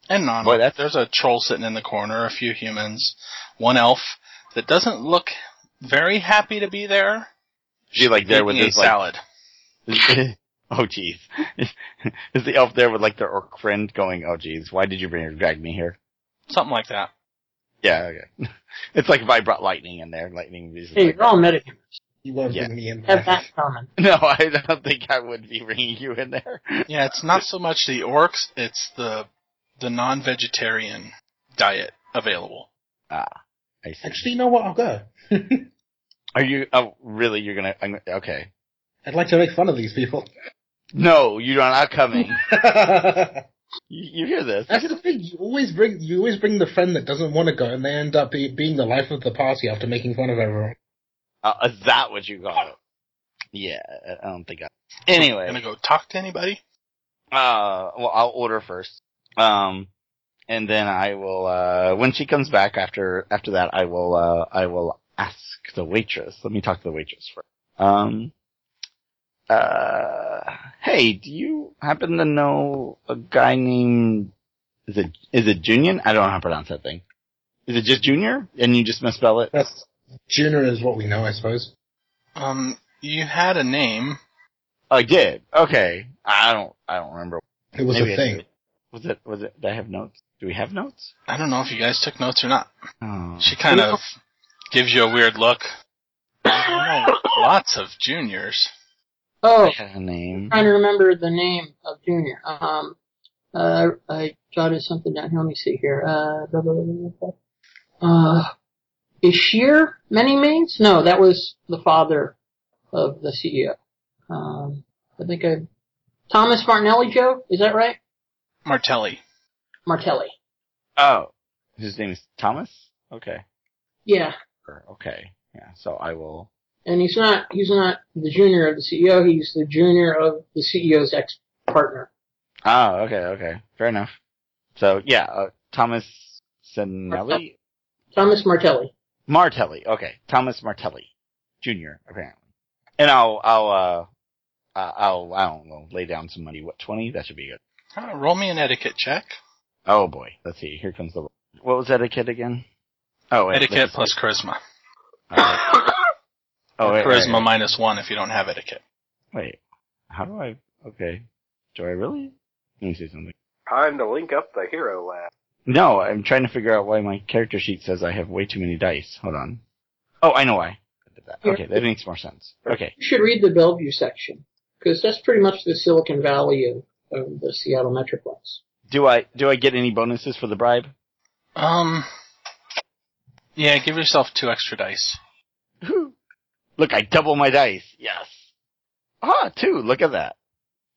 Speaker 1: And non
Speaker 5: Boy, that's-
Speaker 1: There's a troll sitting in the corner, a few humans, one elf that doesn't look very happy to be there.
Speaker 5: She like there with
Speaker 1: eating a
Speaker 5: his like.
Speaker 1: salad.
Speaker 5: oh jeez. Is the elf there with like their orc friend going? Oh jeez, why did you bring her drag me here?
Speaker 1: Something like that.
Speaker 5: Yeah. Okay. it's like if I brought lightning in there, lightning. is
Speaker 2: Hey,
Speaker 5: like-
Speaker 2: you're all metahumans.
Speaker 4: You won't
Speaker 5: Yeah.
Speaker 4: bring me in
Speaker 2: Have
Speaker 4: there.
Speaker 2: that in common.
Speaker 5: No, I don't think I would be bringing you in there.
Speaker 1: Yeah, it's not so much the orcs, it's the the non vegetarian diet available.
Speaker 5: I see.
Speaker 4: Actually, you know what? I'll go.
Speaker 5: Are you? Oh, really? You're gonna? I'm, okay.
Speaker 4: I'd like to make fun of these people.
Speaker 5: No, you're not coming.
Speaker 4: That's
Speaker 5: you, you hear this?
Speaker 4: the thing. You always bring you always bring the friend that doesn't want to go, and they end up be, being the life of the party after making fun of everyone.
Speaker 5: Uh, is that what you call it? Yeah, I- I don't think I.
Speaker 1: Gonna
Speaker 5: Anyway,
Speaker 1: go talk to anybody?
Speaker 5: uh, well, I'll order first. Um, and then I will. Uh, when she comes back after after that, I will. Uh, I will ask the waitress. Let me talk to the waitress first. Um, Uh, hey, do you happen to know a guy named is it is it Junior? I don't know how to pronounce that thing. Is it just Junior? And you just misspell it?
Speaker 4: That's Junior is what we know, I suppose.
Speaker 1: Um, you had a name.
Speaker 5: I did. Okay. I don't I don't remember.
Speaker 4: It was
Speaker 5: Maybe
Speaker 4: a
Speaker 5: I
Speaker 4: thing.
Speaker 5: did. Was it was it did I have notes? Do we have notes?
Speaker 1: I don't know if you guys took notes or not.
Speaker 5: Oh.
Speaker 1: She kind of gives you a weird look. I know lots of juniors.
Speaker 2: Oh,
Speaker 5: I had a name.
Speaker 2: trying to remember the name of Junior. Um, uh, I jotted something down. here. Let me see here. Uh, blah, blah, blah, blah, blah. uh Ishir Many Mains? No, that was the father of the CEO. Um, I think I, Thomas Martinelli, Joe? Is that right?
Speaker 1: Martelli.
Speaker 2: Martelli.
Speaker 5: Oh. His name is Thomas? Okay.
Speaker 2: Yeah.
Speaker 5: Or- Okay. Yeah. So I will
Speaker 2: And he's not, he's not the junior of the CEO. He's the junior of the CEO's ex-partner.
Speaker 5: Oh, okay, okay. Fair enough. So yeah, uh, Thomas Sinelli?
Speaker 2: Thomas Martelli.
Speaker 5: Martelli. Okay, Thomas Martelli, Junior. Apparently, and I'll I'll uh I- I'll I don't know lay down some money. What twenty? That should be good.
Speaker 1: Uh, roll me an etiquette check.
Speaker 5: Oh boy, let's see. Here comes the. What was etiquette again? Oh, wait,
Speaker 1: etiquette
Speaker 5: let's
Speaker 1: plus
Speaker 5: just-
Speaker 1: charisma.
Speaker 5: Oh,
Speaker 1: Or
Speaker 5: wait,
Speaker 1: charisma
Speaker 5: Wait,
Speaker 1: minus one if you don't have etiquette.
Speaker 5: wait. how do I? Okay, do I really? Let me see something.
Speaker 3: Time to link up the hero lab.
Speaker 5: No, I'm trying to figure out why my character sheet says I have way too many dice. Hold on. Oh, I know why. I did that. Okay, that makes more sense. Okay.
Speaker 2: You should read the Bellevue section because that's pretty much the Silicon Valley of, of the Seattle Metroplex.
Speaker 5: Do I do I get any bonuses for the bribe?
Speaker 1: Um, yeah, give yourself two extra dice.
Speaker 5: Whew. Look, I double my dice. Yes. Ah, two. Look at that.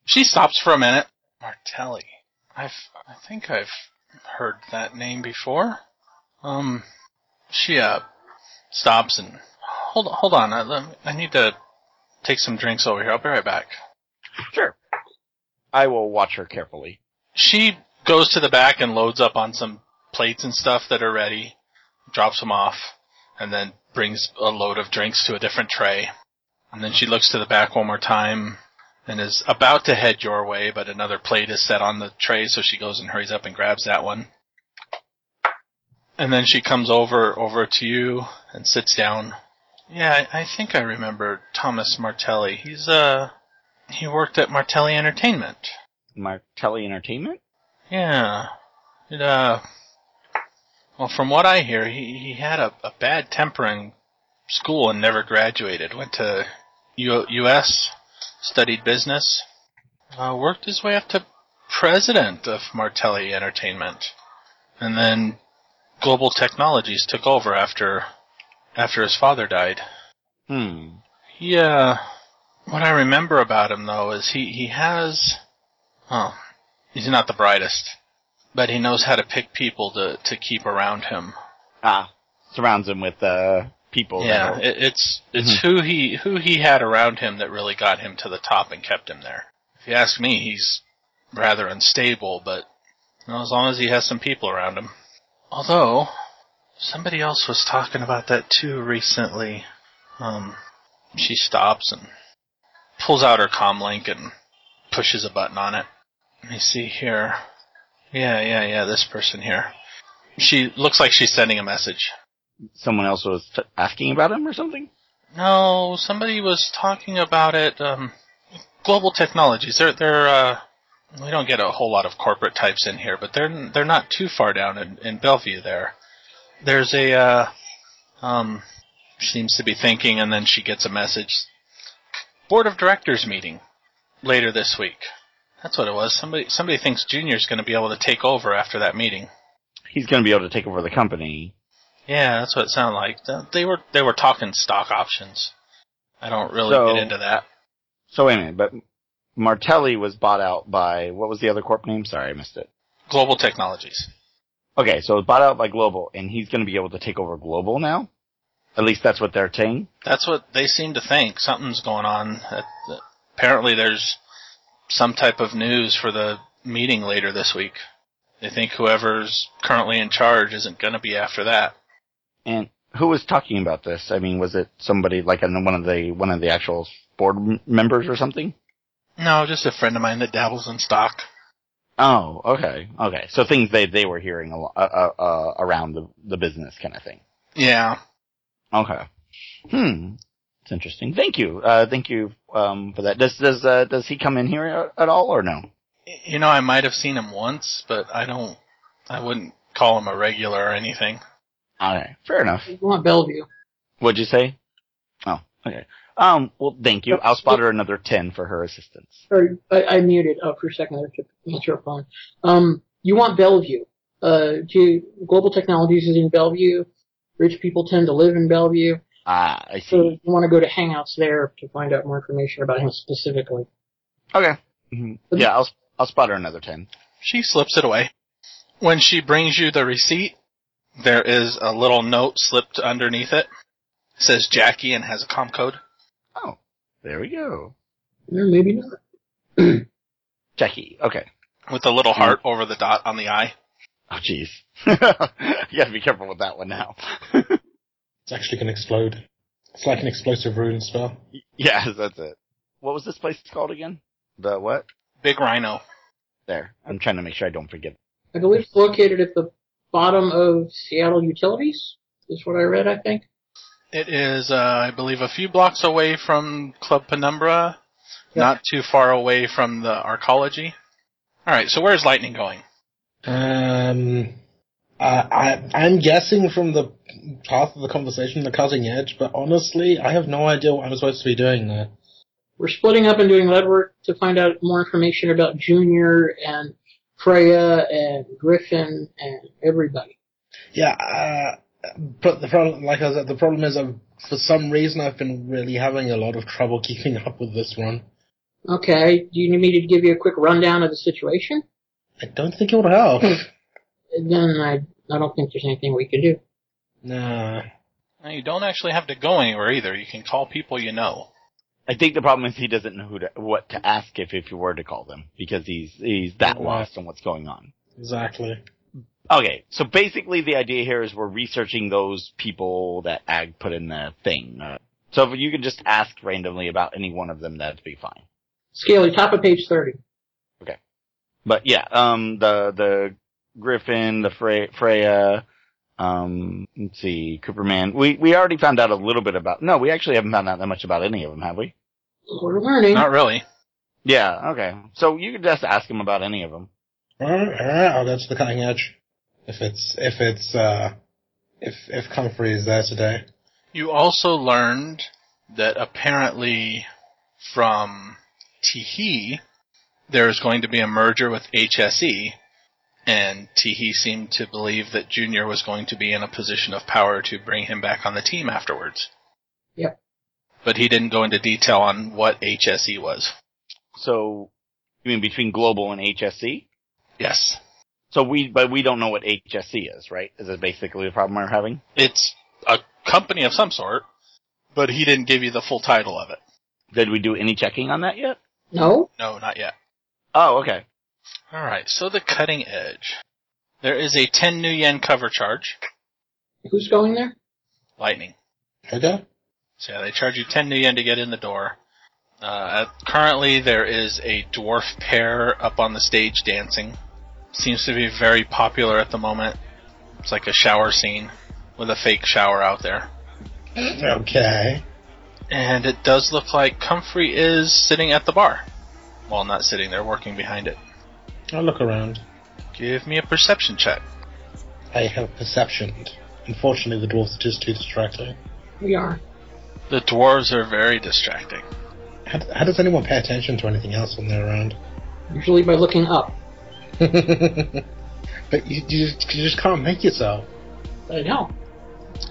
Speaker 1: She stops for a minute. Martelli. I've, I think I've heard that name before. Um, she, uh, stops and, hold, hold on, I, let me- I need to take some drinks over here. I'll be right back.
Speaker 5: Sure. I will watch her carefully.
Speaker 1: She goes to the back and loads up on some plates and stuff that are ready, drops them off, and then brings a load of drinks to a different tray. And then she looks to the back one more time and is about to head your way, but another plate is set on the tray, so she goes and hurries up and grabs that one. And then she comes over over to you and sits down. Yeah, I, I think I remember Thomas Martelli. He's uh he worked at Martelli Entertainment.
Speaker 5: Martelli Entertainment?
Speaker 1: Yeah. It, uh, well, from what I hear, he, he had a, a bad temper in school and never graduated. Went to U- U.S., studied business, uh, worked his way up to president of Martelli Entertainment. And then Global Technologies took over after after his father died.
Speaker 5: Hmm.
Speaker 1: Yeah. What I remember about him though is he he has oh, he's not the brightest, but he knows how to pick people to to keep around him.
Speaker 5: Ah. Surrounds him with uh people.
Speaker 1: yeah,
Speaker 5: that'll-
Speaker 1: it, it's it's who he who he had around him that really got him to the top and kept him there. If you ask me, he's rather unstable, but you know, as long as he has some people around him. Although somebody else was talking about that too recently. Um, she stops and pulls out her comlink and pushes a button on it. Let me see here. Yeah, yeah, yeah. This person here. She looks like she's sending a message.
Speaker 5: someone else was t- asking about him or something?
Speaker 1: No, somebody was talking about it. Um, global technologies. They're they're. Uh, we don't get a whole lot of corporate types in here, but they're they're not too far down in, in Bellevue. There, there's a. Uh, um, seems to be thinking, and then she gets a message. Board of directors meeting later this week. That's what it was. Somebody somebody thinks Junior's going to be able to take over after that meeting.
Speaker 5: He's going to be able to take over the company.
Speaker 1: Yeah, that's what it sounded like. Th- They were they were talking stock options. I don't really
Speaker 5: So-
Speaker 1: get into that.
Speaker 5: So wait a minute, but Martelli was bought out by what was the other corp name? Sorry, I missed it.
Speaker 1: Global Technologies.
Speaker 5: Okay, so it was bought out by Global, and he's going to be able to take over Global now. At least that's what they're saying.
Speaker 1: That's what they seem to think. Something's going on. Uh, Apparently, there's some type of news for the meeting later this week. They think whoever's currently in charge isn't going to be after that.
Speaker 5: And who was talking about this? I mean, was it somebody like in one of the one of the actual board m- members or something?
Speaker 1: No, just a friend of mine that dabbles in stock.
Speaker 5: Oh, okay, okay. So things they they were hearing a, lo- uh, uh, uh, around the the business kind of thing.
Speaker 1: Yeah.
Speaker 5: Okay. Hmm. It's interesting. Thank you. Uh, thank you um, for that. Does does uh, does he come in here at all or no?
Speaker 1: You know, I might have seen him once, but I don't. I wouldn't call him a regular or anything.
Speaker 5: Okay, fair enough.
Speaker 2: You want Bellevue.
Speaker 5: What'd you say? Oh, okay. Um, well, thank you. I'll spot her another ten for her assistance.
Speaker 2: Or I, I muted up for a second. I took answer your phone. Um, you want Bellevue? Uh, do global technologies is in Bellevue. Rich people tend to live in Bellevue,
Speaker 5: Ah, I
Speaker 2: so
Speaker 5: see.
Speaker 2: you want to go to Hangouts there to find out more information about him specifically.
Speaker 5: Okay. Mhm. Yeah, I'll I'll spot her another ten.
Speaker 1: She slips it away. When she brings you the receipt, there is a little note slipped underneath it. says Jackie and has a com code.
Speaker 5: Oh, there we go.
Speaker 2: Or Mm, maybe not.
Speaker 5: Jackie. Okay.
Speaker 1: with a little heart over the dot on the eye.
Speaker 5: Oh, jeez. you gotta be careful with that one now.
Speaker 4: It's actually going to explode. It's like an explosive rune spell.
Speaker 5: yes, that's it. What was this place called again? The what?
Speaker 1: Big Rhino.
Speaker 5: There. I'm trying to make sure I don't forget.
Speaker 2: I believe it's located at the bottom of Seattle Utilities. Is what I read. I think.
Speaker 1: It is, uh, I believe, a few blocks away from Club Penumbra,
Speaker 2: Yeah.
Speaker 1: not too far away from the Arcology. All right, so where's Lightning going?
Speaker 4: Um, uh, I, I'm guessing from the path of the conversation, the cutting edge, but honestly, I have no idea what I'm supposed to be doing there.
Speaker 2: We're splitting up and doing lead work to find out more information about Junior and Freya and Griffin and everybody.
Speaker 4: Yeah, uh, but the problem, like I said, the problem is, I've, for some reason, I've been really having a lot of trouble keeping up with this one.
Speaker 2: Okay. Do you need me to give you a quick rundown of the situation?
Speaker 4: I don't think it would help.
Speaker 2: Then I, I don't think there's anything we can do.
Speaker 4: nah.
Speaker 1: Now, you don't actually have to go anywhere either. You can call people you know.
Speaker 5: I think the problem is he doesn't know who to, what to ask if if you were to call them because he's he's that
Speaker 4: Right.
Speaker 5: lost on what's going on.
Speaker 4: Exactly.
Speaker 5: Okay, so basically the idea here is we're researching those people that Ag put in the thing. Uh, so if you can just ask randomly about any one of them, that'd be fine.
Speaker 2: Scaly, top of page 30.
Speaker 5: But yeah, um, the the Griffin, the Fre- Freya, um, let's see, Cooperman. We we already found out a little bit about. No, we actually haven't found out that much about any of them, have we?
Speaker 2: We're learning.
Speaker 1: Not really.
Speaker 5: Yeah. Okay. So you could just ask him about any of them.
Speaker 4: Alright, alright, I'll go to the cutting edge. If it's, if it's, uh, if, if Comfrey is there today.
Speaker 1: You also learned that apparently from Tihi, there is going to be a merger with HSE, and Tihi seemed to believe that Junior was going to be in a position of power to bring him back on the team afterwards.
Speaker 2: Yep.
Speaker 1: But he didn't go into detail on what HSE was.
Speaker 5: So you mean between global and HSC?
Speaker 1: Yes.
Speaker 5: So we, but we don't know what HSC is, right? Is that basically the problem we're having?
Speaker 1: It's a company of some sort, but he didn't give you the full title of it.
Speaker 5: Did we do any checking on that yet?
Speaker 2: No?
Speaker 1: No, not yet.
Speaker 5: Oh, okay.
Speaker 1: All right, so the cutting edge. There is a 10 new yen cover charge.
Speaker 2: Who's going there?
Speaker 1: Lightning.
Speaker 4: Okay?
Speaker 1: So yeah, they charge you 10 new yen to get in the door. Uh, at- currently, there is a dwarf pair up on the stage dancing. Seems to be very popular at the moment. It's like a shower scene with a fake shower out there.
Speaker 4: Hmm? Okay.
Speaker 1: And it does look like Comfrey is sitting at the bar. Well, not sitting there, working behind it.
Speaker 4: I'll look around.
Speaker 1: Give me a perception check.
Speaker 4: I have perceptioned. Unfortunately, the dwarves are just too distracting.
Speaker 2: We are.
Speaker 1: The dwarves are very distracting.
Speaker 4: How, how does anyone pay attention to anything else when they're around?
Speaker 2: Usually by looking up.
Speaker 4: but you, you, just, you just can't make yourself.
Speaker 2: I know.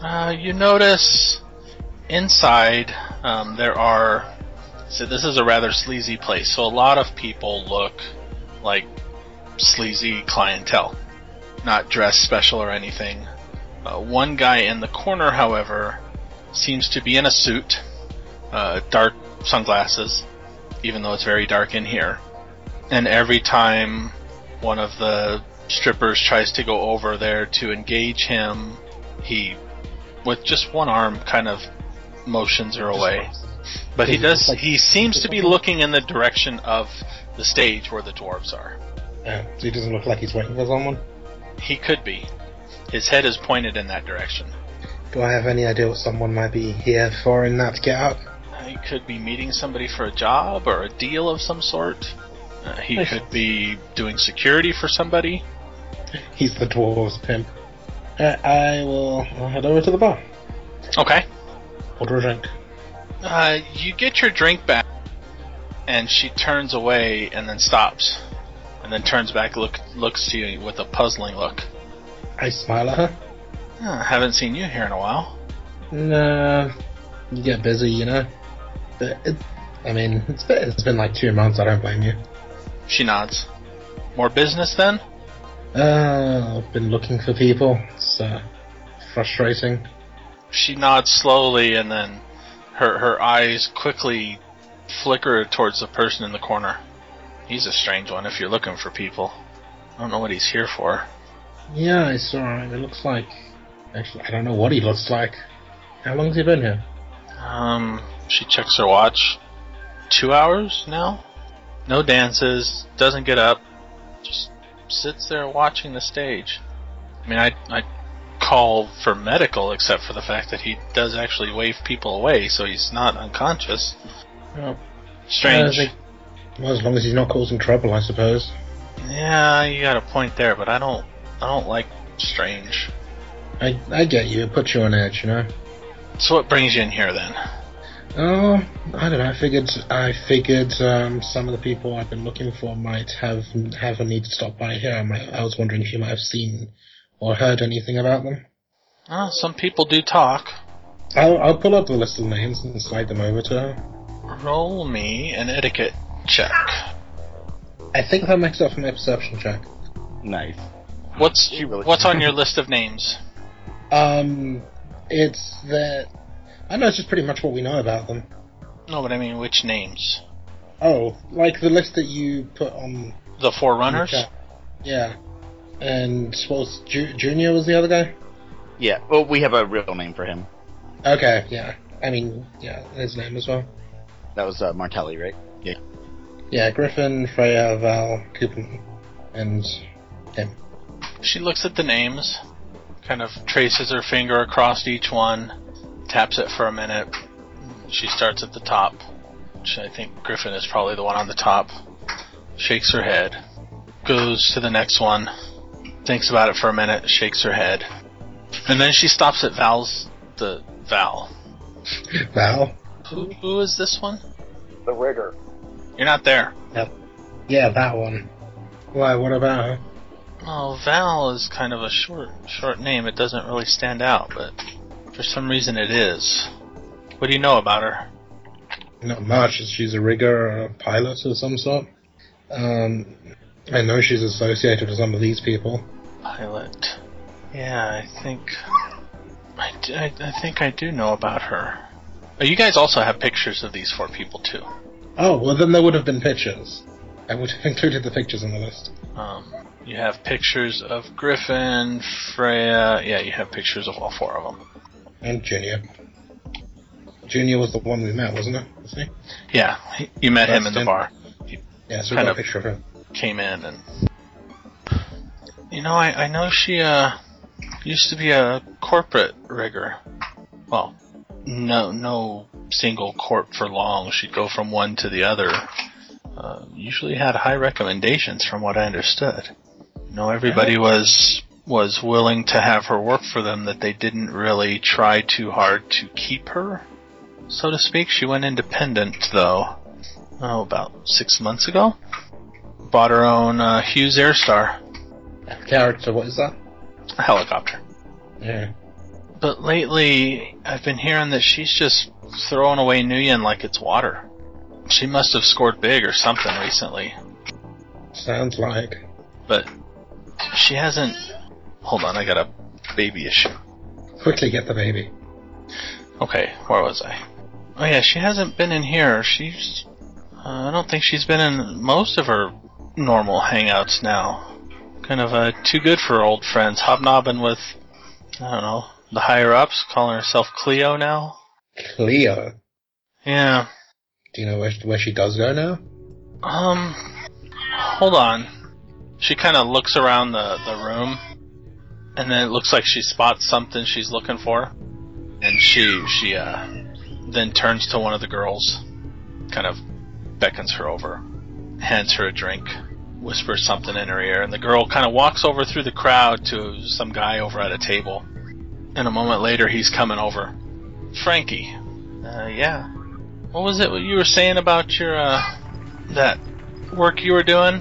Speaker 1: Uh, you notice inside um, there are. So this is a rather sleazy place, so a lot of people look like sleazy clientele, not dressed special or anything. Uh, one guy in the corner, however, seems to be in a suit, uh, dark sunglasses, even though it's very dark in here. And every time one of the strippers tries to go over there to engage him, he with just one arm kind of motions her away. But he does he seems to be looking in the direction of the stage where the dwarves are.
Speaker 4: Yeah, so he doesn't look like he's waiting for someone.
Speaker 1: He could be. His head is pointed in that direction.
Speaker 4: Do I have any idea what someone might be here for in that get up?
Speaker 1: He could be meeting somebody for a job or a deal of some sort. Uh, he
Speaker 4: Nice.
Speaker 1: could be doing security for somebody.
Speaker 4: He's the dwarves pimp. Uh, I will I'll head over to the bar.
Speaker 1: Okay.
Speaker 4: Order a drink.
Speaker 1: Uh, you get your drink back, and she turns away and then stops, and then turns back, look, looks to you with a puzzling look.
Speaker 4: I smile at her.
Speaker 1: Huh, haven't seen you here in a while.
Speaker 4: Nah, you get busy, you know. But it, I mean, it's been, it's been like two months. I don't blame you.
Speaker 1: She nods. More business then?
Speaker 4: Uh, I've been looking for people. It's uh, frustrating.
Speaker 1: She nods slowly, and then her her eyes quickly flicker towards the person in the corner. He's a strange one if you're looking for people. I don't know what he's here for.
Speaker 4: Yeah, it's alright. It looks like. Actually, I don't know what he looks like. How long's he been here?
Speaker 1: Um, she checks her watch. Two hours now? No dances, doesn't get up, just sits there watching the stage. I mean, I, I call for medical, except for the fact that he does actually wave people away, so he's not unconscious.
Speaker 4: Oh,
Speaker 1: Strange.
Speaker 4: Uh, they- well, as long as he's not causing trouble, I suppose.
Speaker 1: yeah, you got a point there, but I don't, I don't like strange.
Speaker 4: I, I get you. It puts you on edge, you know.
Speaker 1: So what brings you in here then?
Speaker 4: Oh, I don't know. I figured I figured um, some of the people I've been looking for might have have a need to stop by here. I, might, I was wondering if you might have seen or heard anything about them.
Speaker 1: Oh, some people do talk.
Speaker 4: I'll, I'll pull up the list of names and slide them over to her.
Speaker 1: Roll me an etiquette check.
Speaker 4: I think that makes up for my perception check.
Speaker 5: Nice.
Speaker 1: What's
Speaker 5: She really-
Speaker 1: what's on your list of names?
Speaker 4: Um, it's that I know it's just pretty much what we know about them.
Speaker 1: No, but I mean which names?
Speaker 4: Oh, like the list that you put on
Speaker 1: The Forerunners?
Speaker 4: Okay. Yeah. And what was Ju- Junior was the other guy?
Speaker 5: Yeah. Well, we have a real name for him.
Speaker 4: Okay, yeah. I mean, yeah, his name as well.
Speaker 5: That was uh, Martelli, right?
Speaker 4: Yeah, Griffin, Freya, Val, Coupon, and him.
Speaker 1: She looks at the names, kind of traces her finger across each one, taps it for a minute. She starts at the top, which I think Griffin is probably the one on the top. Shakes her head, goes to the next one, thinks about it for a minute, shakes her head, and then she stops at Val's. The Val.
Speaker 4: Val?
Speaker 1: Who, who is this one?
Speaker 3: The rigger.
Speaker 1: You're not there.
Speaker 4: Yeah, that one. Why, what about her?
Speaker 1: Oh, Val is kind of a short, short name. It doesn't really stand out, but for some reason it is. What do you know about her?
Speaker 4: Not much. She's a rigger or a pilot of some sort. Um, I know she's associated with some of these people.
Speaker 1: Pilot. Yeah, I think. I, d- I- I think I do know about her. Oh, you guys also have pictures of these four people, too.
Speaker 4: Oh, well, then there would have been pictures. I would have included the pictures in the list.
Speaker 1: Um, you have pictures of Griffin, Freya. Yeah, you have pictures of all four of them.
Speaker 4: And Junior. Junior was the one we met, wasn't it? Was he?
Speaker 1: Yeah, he- you met him in the
Speaker 4: Dustin.
Speaker 1: bar.
Speaker 4: Yeah, so we
Speaker 1: Kind
Speaker 4: got
Speaker 1: of.
Speaker 4: a picture of him.
Speaker 1: came in and you know I, I know she uh used to be a corporate rigger well no no single corp for long she'd go from one to the other uh, usually had high recommendations from what I understood you know everybody was was willing to have her work for them that they didn't really try too hard to keep her so to speak she went independent though oh about six months ago bought her own uh, Hughes Airstar
Speaker 4: Character, what is that?
Speaker 1: a helicopter.
Speaker 4: Yeah.
Speaker 1: But lately, I've been hearing that she's just throwing away Nguyen like it's water. She must have scored big or something recently,
Speaker 4: Sounds like.
Speaker 1: but she hasn't. Hold on, I got a baby issue.
Speaker 4: Quickly get the baby.
Speaker 1: Okay, where was I? Oh yeah, she hasn't been in here. She's. Uh, I don't think she's been in most of her normal hangouts now. Kind of uh, too good for old friends, hobnobbing with, I don't know, the higher ups calling herself Cleo now.
Speaker 4: Cleo.
Speaker 1: Yeah.
Speaker 4: Do you know where, where she does go now?
Speaker 1: Um, hold on. She kind of looks around the, the room, and then it looks like she spots something she's looking for, and she she uh then turns to one of the girls, kind of beckons her over, hands her a drink, whispers something in her ear, and the girl kind of walks over through the crowd to some guy over at a table, and a moment later he's coming over. Frankie, uh, yeah, what was it you were saying about your uh that work you were doing?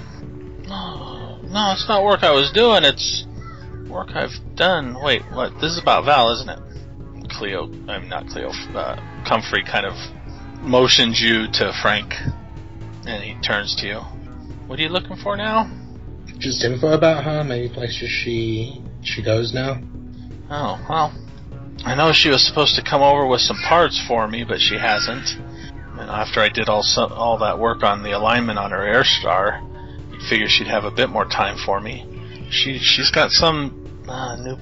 Speaker 1: No, no, it's not work I was doing. It's work I've done. Wait, what? This is about Val, isn't it? Cleo, I'm not Cleo. Uh, Comfrey kind of motions you to Frank, and he turns to you. What are you looking for now?
Speaker 4: Just info about her, maybe places she she goes now.
Speaker 1: Oh, well. I know she was supposed to come over with some parts for me, but she hasn't. And after I did all so- all that work on the alignment on her Airstar, I figured she'd have a bit more time for me. She she's got some uh, new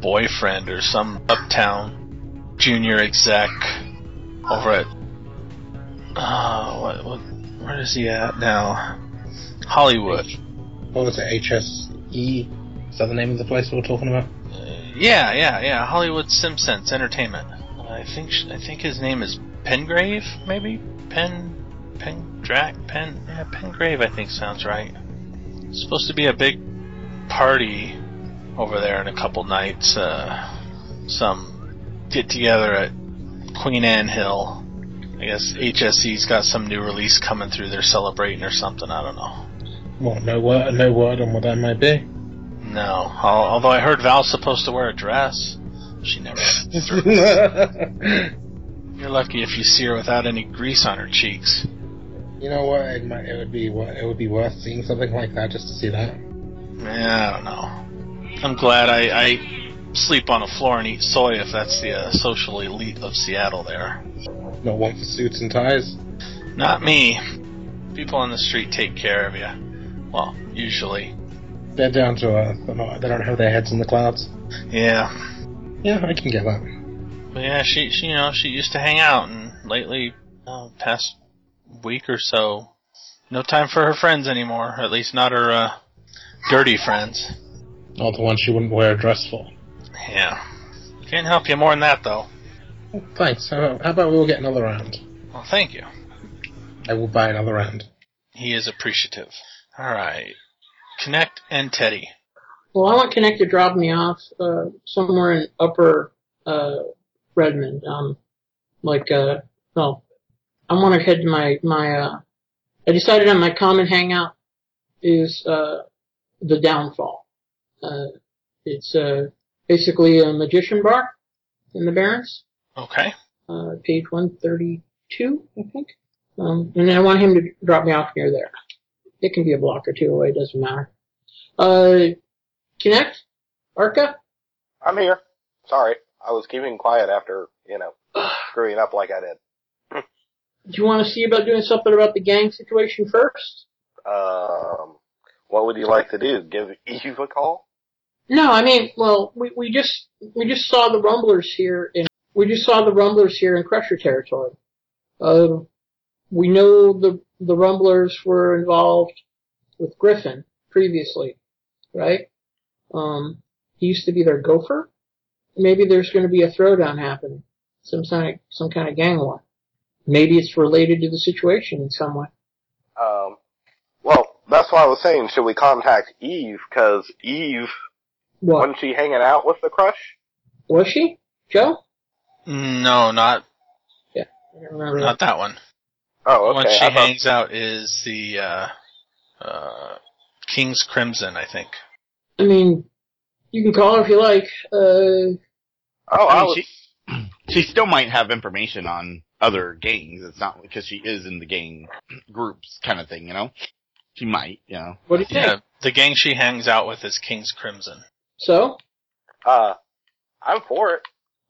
Speaker 1: boyfriend or some uptown junior exec over at uh what, what where is he at now? Hollywood.
Speaker 4: What was it? HSE? Is that the name of the place we were talking about?
Speaker 1: yeah, yeah, yeah. Hollywood Simpsons Entertainment. I think sh- I think his name is Pengrave, maybe Pen Pen Drac Pen yeah Pengrave. I think sounds right. It's supposed to be a big party over there in a couple nights. Uh, some get together at Queen Anne Hill. I guess HSE's got some new release coming through. They're celebrating or something. I don't know.
Speaker 4: Well, no word, no word on what that might be.
Speaker 1: No. Al- Although I heard Val's supposed to wear a dress. She never. You're lucky if you see her without any grease on her cheeks.
Speaker 4: you know what? It, might, it would be wor- it would be worth seeing something like that just to see that.
Speaker 1: Yeah, I don't know. I'm glad I, I sleep on the floor and eat soy if that's the uh, social elite of Seattle there.
Speaker 4: Not one for suits and ties.
Speaker 1: Not me. People on the street take care of you. Well, usually.
Speaker 4: They're down to earth. They're not, they don't have their heads in the clouds.
Speaker 1: Yeah.
Speaker 4: Yeah, I can get that.
Speaker 1: But yeah, she, she you know she used to hang out, and lately, uh, past week or so, no time for her friends anymore. At least not her uh, dirty friends.
Speaker 4: Not the one she wouldn't wear a dress for.
Speaker 1: Yeah, can't help you more than that though.
Speaker 4: Thanks. How about, how about we all get another round?
Speaker 1: Well, thank you.
Speaker 4: I will buy another round.
Speaker 1: He is appreciative. All right, connect and Teddy.
Speaker 2: Well, I want Connect to drop me off uh, somewhere in Upper uh, Redmond. Um, like, uh, no, I want to head to my my. Uh, I decided on my common hangout is uh, the downfall. Uh, it's uh, basically a magician bar in the Barrens,
Speaker 1: Okay.
Speaker 2: uh, page one thirty two, I think. Um, and I want him to drop me off near there. It can be a block or two away; it doesn't matter. Uh, Connect? Arca?
Speaker 3: I'm here. Sorry. I was keeping quiet after, you know, screwing up like I did.
Speaker 2: Do you want to see about doing something about the gang situation first?
Speaker 3: Um, what would you like to do? Give Eve a call?
Speaker 2: No, I mean, well, we, we just we just saw the rumblers here in we just saw the rumblers here in Crusher territory. Um, we know the the rumblers were involved with Griffin previously, right? Um, he used to be their gopher. Maybe there's going to be a throwdown happening, some kind of some kind of gang war. Maybe it's related to the situation in some way.
Speaker 3: Um, well, that's why I was saying, should we contact Eve? Cause Eve,
Speaker 2: What
Speaker 3: wasn't she hanging out with the crush?
Speaker 2: was she, Joe?
Speaker 1: No, not
Speaker 2: I don't remember.
Speaker 1: not that one.
Speaker 3: Oh,
Speaker 1: The one
Speaker 3: okay.
Speaker 1: she
Speaker 3: I thought-
Speaker 1: hangs out is the uh, uh, King's Crimson, I think.
Speaker 2: I mean, you can call her if you like. Uh,
Speaker 3: oh,
Speaker 5: I
Speaker 3: I
Speaker 5: mean,
Speaker 3: was,
Speaker 5: she, she still might have information on other gangs. It's not because she is in the gang groups kind of thing, you know? She might, you know.
Speaker 2: what do you think?
Speaker 1: Yeah, the gang she hangs out with is King's Crimson.
Speaker 2: So,
Speaker 3: uh, I'm for it.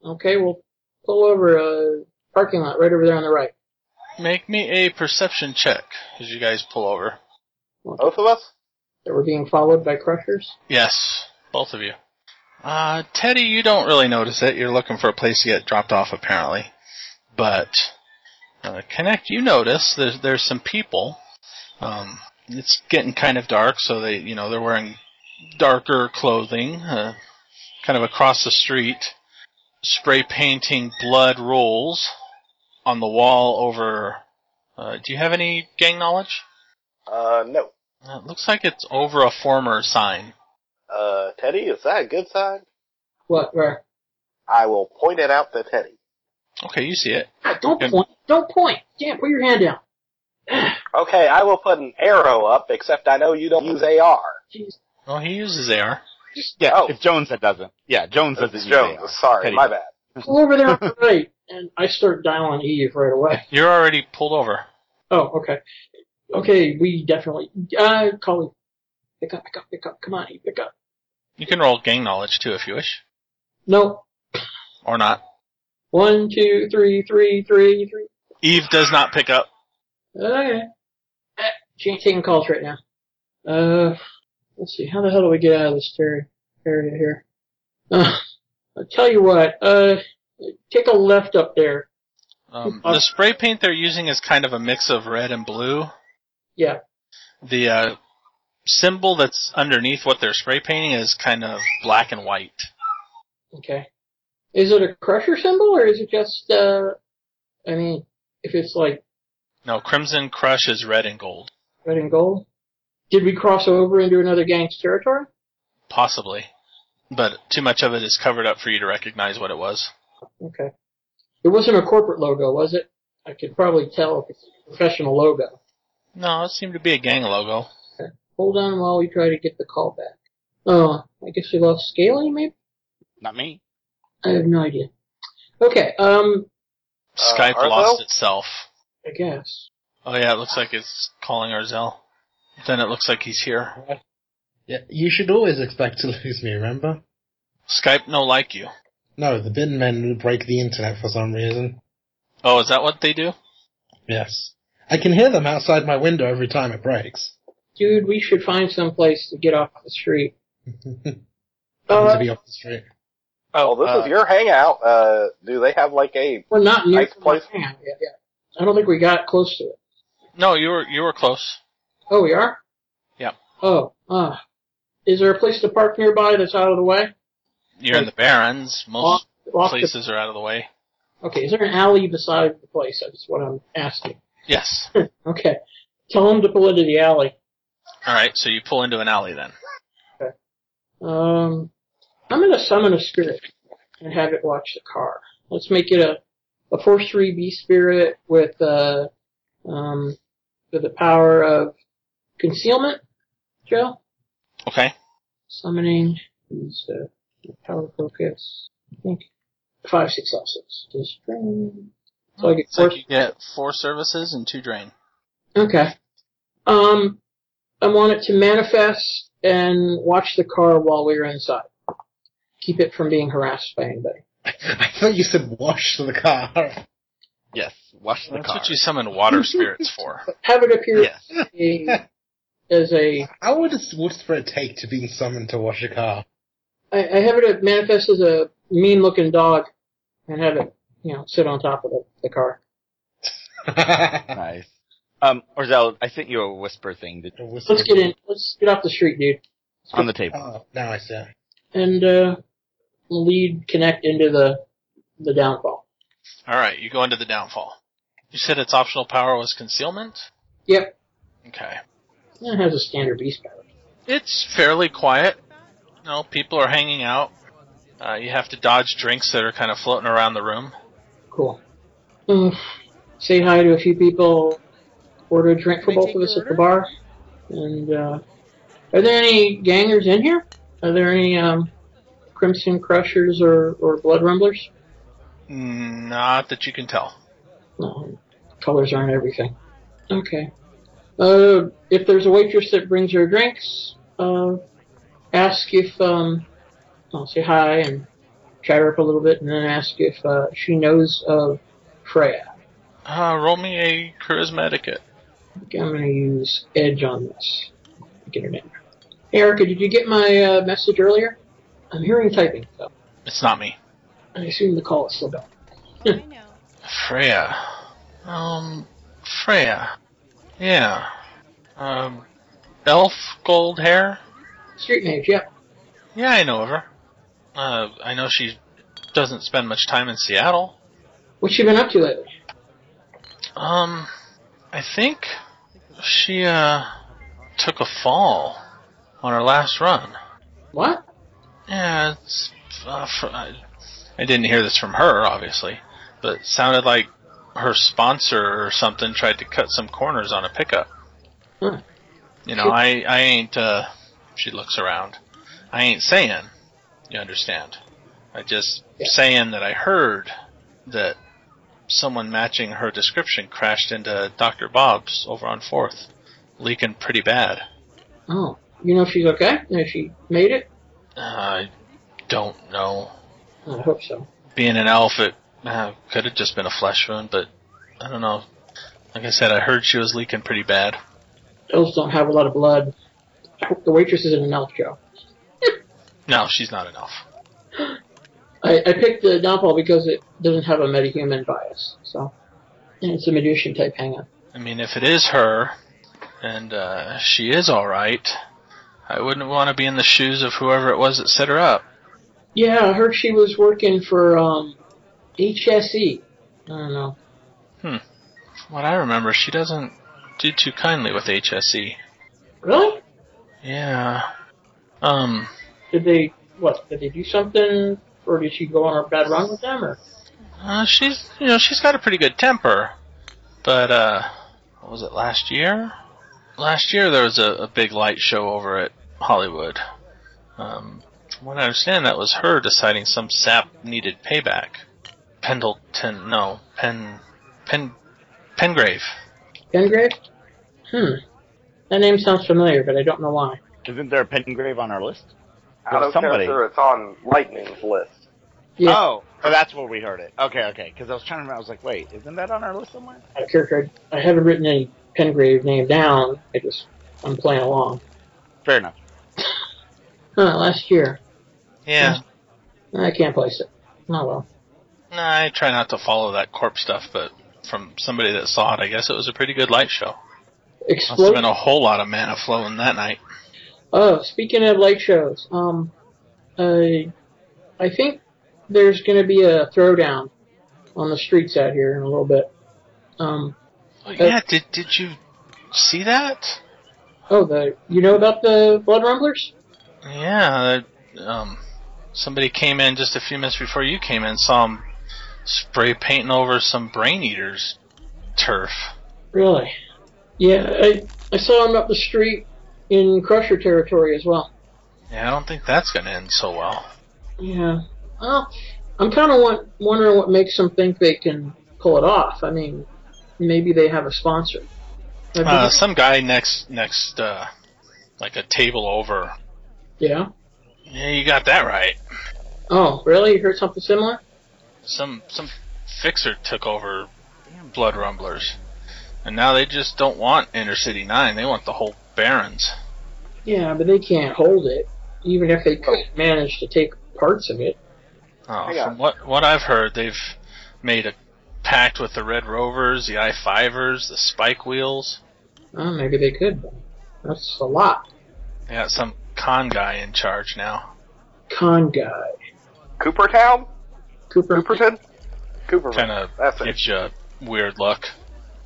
Speaker 2: okay, we'll pull over a parking lot right over there on the right.
Speaker 1: Make me a perception check as you guys pull over.
Speaker 3: Both of us?
Speaker 2: That we're being followed by crushers.
Speaker 1: Yes, both of you. Uh, Teddy, you don't really notice it. You're looking for a place to get dropped off, apparently. But uh, Connect, you notice there's there's some people. Um, it's getting kind of dark, so they you know they're wearing darker clothing, uh, kind of across the street, spray painting blood rolls on the wall over. Uh, do you have any gang knowledge?
Speaker 3: Uh, no.
Speaker 1: Uh, it looks like it's over a former sign.
Speaker 3: Uh, Teddy, is that a good sign?
Speaker 2: What? Where?
Speaker 3: I will point it out to Teddy.
Speaker 1: Okay, you see it.
Speaker 2: Ah, don't
Speaker 1: Okay.
Speaker 2: point. Don't point. Can't put your hand down.
Speaker 3: Okay, I will put an arrow up, except I know you don't use AR.
Speaker 2: Jeez.
Speaker 1: Well, he uses AR.
Speaker 5: Yeah,
Speaker 3: Oh.
Speaker 5: it's Jones that doesn't. Yeah, Jones doesn't.
Speaker 3: It's
Speaker 5: use
Speaker 3: Jones.
Speaker 5: AR.
Speaker 3: Sorry,
Speaker 5: Teddy
Speaker 3: my
Speaker 5: does.
Speaker 3: bad.
Speaker 2: Pull over there on the right, and I start dialing Eve right away.
Speaker 1: You're already pulled over.
Speaker 2: Oh, okay. Okay, we definitely. Uh, Colleen, pick up, pick up, pick up. Come on, Eve, pick up.
Speaker 1: You can roll gang knowledge too if you wish,
Speaker 2: No.
Speaker 1: or not.
Speaker 2: One, two, three, three, three, three.
Speaker 1: Eve does not pick up.
Speaker 2: Okay. Eh, Can't take any calls right now. Uh, let's see. How the hell do we get out of this ter- area here? Uh, I'll tell you what. Uh, take a left up there.
Speaker 1: Um,
Speaker 2: Uh,
Speaker 1: the spray paint they're using is kind of a mix of red and blue.
Speaker 2: Yeah.
Speaker 1: The uh, symbol that's underneath what they're spray painting is kind of black and white.
Speaker 2: Okay. Is it a crusher symbol or is it just? Uh, I mean, if it's like
Speaker 1: No, Crimson Crush is red and gold,
Speaker 2: red and gold. Did we cross over into another gang's territory?
Speaker 1: possibly, but too much of it is covered up for you to recognize what it was.
Speaker 2: Okay. It wasn't a corporate logo, was it? I could probably tell if it's a professional logo.
Speaker 1: No, it seemed to be a gang logo.
Speaker 2: Hold on while we try to get the call back. Oh, I guess we lost scaling, maybe?
Speaker 5: Not me.
Speaker 2: I have no idea. Okay, um,
Speaker 3: Uh,
Speaker 1: Skype
Speaker 3: Arlo?
Speaker 1: lost itself.
Speaker 2: I guess.
Speaker 1: Oh yeah, it looks like it's calling Arzel. Then it looks like he's here.
Speaker 4: Yeah, you should always expect to lose me, remember?
Speaker 1: Skype no like you.
Speaker 4: No, the bin men would break the internet for some reason.
Speaker 1: Oh, is that what they do?
Speaker 4: Yes. I can hear them outside my window every time it breaks.
Speaker 2: Dude, we should find some place to get off the street.
Speaker 4: Happen
Speaker 2: Uh,
Speaker 4: to be off the street.
Speaker 3: Oh, this
Speaker 1: uh,
Speaker 3: is your hangout. Uh, do they have like a?
Speaker 2: We're not near
Speaker 3: Nice place.
Speaker 2: Hang on, yeah, yeah. I don't think we got close to it.
Speaker 1: No, you were you were close.
Speaker 2: Oh, we are?
Speaker 1: Yep.
Speaker 2: Oh, uh, is there a place to park nearby that's out of the way?
Speaker 1: You're in the Barrens.
Speaker 2: Off,
Speaker 1: Most
Speaker 2: off the,
Speaker 1: places are out of the way.
Speaker 2: okay, is there an alley beside the place? That's what I'm asking.
Speaker 1: Yes.
Speaker 2: Okay. Tell them to pull into the alley.
Speaker 1: All right. So you pull into an alley then.
Speaker 2: Um, I'm gonna summon a spirit and have it watch the car. Let's make it a a force three B spirit with uh um with the power of concealment. Joe
Speaker 1: Okay.
Speaker 2: summoning is uh, power focus. I think five successes. Just so I get
Speaker 1: It's
Speaker 2: force
Speaker 1: like you get four services and two drain.
Speaker 2: Okay. Um, I want it to manifest and watch the car while we are inside. Keep it from being harassed by anybody.
Speaker 4: I thought you said wash the car.
Speaker 5: Yes, wash the
Speaker 1: That's
Speaker 5: car.
Speaker 1: what you summon water spirits for.
Speaker 2: Have it appear
Speaker 5: yes.
Speaker 2: a, as a,
Speaker 4: How would it, what's for it take to be summoned to wash a car?
Speaker 2: I, I have it manifest as a mean looking dog and have it, you know, sit on top of the, the car.
Speaker 4: A
Speaker 5: Nice. Um, Orzel, I sent you a whisper thing that,
Speaker 4: whistle.
Speaker 2: Let's get in. Let's get off the street, dude.
Speaker 5: on the table.
Speaker 4: Oh, now I see. it.
Speaker 2: And, uh, lead connect into the, the downfall.
Speaker 1: All right. You go into the downfall. You said its optional power was concealment.
Speaker 2: Yep.
Speaker 1: Okay.
Speaker 2: It has a standard beast power.
Speaker 1: It's fairly quiet. No, people are hanging out. Uh, you have to dodge drinks that are kind of floating around the room.
Speaker 2: Cool. Uh, say hi to a few people. Order a drink for both of us at the bar. And uh, are there any gangers in here? Are there any um, Crimson Crushers or, or Blood Rumblers?
Speaker 1: Mm, Not that you can tell.
Speaker 2: No, colors aren't everything. Okay. Uh, if there's a waitress that brings her drinks, uh, ask if um, I'll say hi and chatter up a little bit, and then ask if uh, she knows of Freya.
Speaker 1: Uh, roll me a charisma etiquette.
Speaker 2: think I'm going to use Edge on this. Get it in. Hey, Erica, did you get my uh, message earlier? I'm hearing typing, so
Speaker 1: It's not me.
Speaker 2: I assume the call is still going.
Speaker 6: I know.
Speaker 1: Freya. Um, Freya. Yeah. Um, elf, gold hair.
Speaker 2: Street mage, yep.
Speaker 1: Yeah, I know of her. Uh, I know she doesn't spend much time in Seattle.
Speaker 2: What's she been up to lately?
Speaker 1: Um, I think she uh took a fall on her last run.
Speaker 2: What?
Speaker 1: Yeah, it's. Uh, fr- I, I didn't hear this from her, obviously, but it sounded like her sponsor or something tried to cut some corners on a pickup.
Speaker 2: Huh.
Speaker 1: You know, I, I ain't. Uh, she looks around. I ain't saying. You understand? I just
Speaker 2: Yeah.
Speaker 1: saying that I heard that someone matching her description crashed into Dr. Bob's over on Fourth, leaking pretty bad.
Speaker 2: Oh. You know if she's okay? If she made it?
Speaker 1: I don't know.
Speaker 2: I hope so.
Speaker 1: being an elf, it uh, could have just been a flesh wound, but I don't know. Like I said, I heard she was leaking pretty bad.
Speaker 2: Elves don't have a lot of blood. I hope the waitress isn't an elf show.
Speaker 1: No, she's not an elf.
Speaker 2: I, I picked the downfall because it doesn't have a metahuman bias, so and it's a magician type hang on.
Speaker 1: I mean, if it is her, and uh, she is all right, I wouldn't want to be in the shoes of whoever it was that set her up.
Speaker 2: Yeah, I heard she was working for um HSE. I don't know.
Speaker 1: From what I remember, she doesn't do too kindly with HSE.
Speaker 2: Really?
Speaker 1: Yeah. Um.
Speaker 2: Did they what, did they do something or did she go on a bad run with them or
Speaker 1: Uh, she's you know she's got a pretty good temper, but uh, what was it last year? Last year there was a, a big light show over at Hollywood. Um, from what I understand, that was her deciding some sap needed payback. Pendleton, no, Pen, Pen, Pengrave.
Speaker 2: Pengrave? Hmm. That name sounds familiar, but I don't know why.
Speaker 5: Isn't there a Pengrave on our list?
Speaker 3: I don't
Speaker 5: Somebody.
Speaker 3: care if it's on Lightning's list.
Speaker 2: Yeah.
Speaker 5: Oh, oh, that's where we heard it. Okay, okay. Because I was trying to remember. I was like, wait, isn't that on our list somewhere?
Speaker 2: out of character. I, I haven't written any Pengrave name down. I just I'm playing along.
Speaker 5: Fair enough.
Speaker 2: Huh, last year.
Speaker 1: Yeah.
Speaker 2: I can't place it. Oh well.
Speaker 1: Nah, I try not to follow that corp stuff, but from somebody that saw it, I guess it was a pretty good light show. Must have
Speaker 2: Explode.
Speaker 1: been a whole lot of mana flowing that night.
Speaker 2: Oh, speaking of light shows, um, I I think there's going to be a throwdown on the streets out here in a little bit. Um,
Speaker 1: Oh, yeah, did did you see that?
Speaker 2: oh, the you know about the Blood Rumblers?
Speaker 1: Yeah, that, um, somebody came in just a few minutes before you came in, saw him spray painting over some brain eaters turf.
Speaker 2: Really? Yeah, I I saw him up the street in Crusher territory as well.
Speaker 1: Yeah, I don't think that's gonna end so well.
Speaker 2: Yeah. Well, I'm kind of want, wondering what makes them think they can pull it off. I mean, maybe they have a sponsor. I
Speaker 1: Uh,
Speaker 2: think-
Speaker 1: some guy next next uh, like a table over.
Speaker 2: yeah.
Speaker 1: Yeah, you got that right.
Speaker 2: Oh, really? You heard something similar?
Speaker 1: Some some fixer took over Blood Rumblers, and now they just don't want Inner City Nine. They want the whole Barons.
Speaker 2: Yeah, but they can't hold it, even if they could manage to take parts of it.
Speaker 1: Oh,
Speaker 3: Yeah.
Speaker 1: from what what I've heard, they've made a pact with the Red Rovers, the I Fivers, the Spike Wheels.
Speaker 2: Well, maybe they could. But that's a lot.
Speaker 1: They got some con guy in charge now.
Speaker 2: Con guy.
Speaker 3: Coopertown?
Speaker 2: Cooper.
Speaker 3: Cooperton? Cooperman.
Speaker 1: Kind of
Speaker 3: That's it.
Speaker 1: gives you a weird look.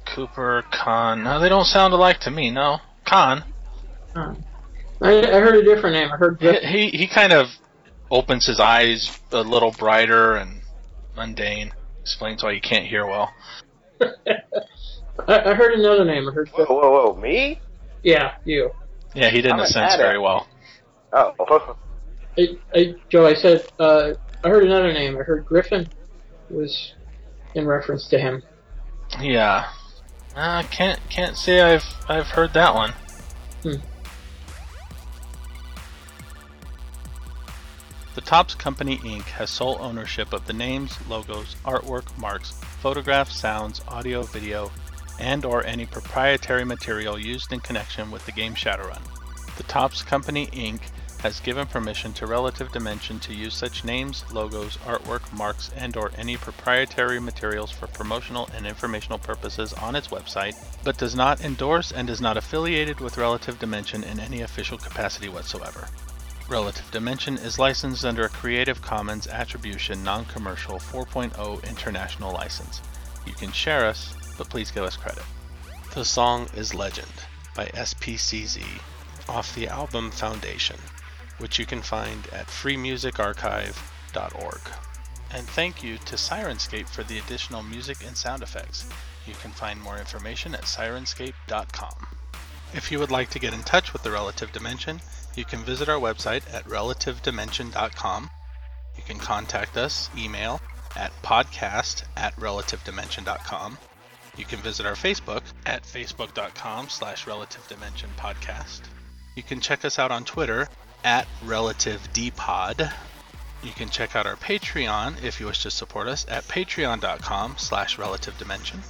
Speaker 1: Cooper, Con. No, they don't sound alike to me. No, Con.
Speaker 2: Con. I, I heard a different name. I heard
Speaker 1: He
Speaker 2: Griffin.
Speaker 1: he, he kind of opens his eyes a little brighter and mundane. Explains why you can't hear well.
Speaker 2: I, I heard another name. I heard
Speaker 3: Whoa,
Speaker 2: Griffin.
Speaker 3: whoa, whoa, me?
Speaker 2: Yeah, you.
Speaker 1: Yeah, he
Speaker 3: I'm
Speaker 1: didn't
Speaker 3: an
Speaker 1: sense
Speaker 3: addict.
Speaker 1: very well.
Speaker 3: Oh.
Speaker 2: I, I, Joe, I said, uh, I heard another name. I heard Griffin was in reference to him.
Speaker 1: Yeah. I can't can't say I've I've heard that one.
Speaker 2: Hmm.
Speaker 1: The Tops Company Inc. has sole ownership of the names, logos, artwork, marks, photographs, sounds, audio, video, and or any proprietary material used in connection with the game Shadowrun. The Tops Company Inc has given permission to Relative Dimension to use such names, logos, artwork, marks, and or any proprietary materials for promotional and informational purposes on its website, but does not endorse and is not affiliated with Relative Dimension in any official capacity whatsoever. Relative Dimension is licensed under a Creative Commons Attribution Non-Commercial 4.0 international license. You can share us, but please give us credit. The song is Legend by SPCZ off the album Foundation, which you can find at freemusicarchive.org. And thank you to Sirenscape for the additional music and sound effects. You can find more information at sirenscape.com. If you would like to get in touch with the Relative Dimension, you can visit our website at relativedimension.com. You can contact us, email at podcast at relativedimension.com. You can visit our Facebook at facebook.com slash relative dimension podcast. You can check us out on Twitter at relative dpod. You can check out our Patreon if you wish to support us at patreon.com slash relative dimension.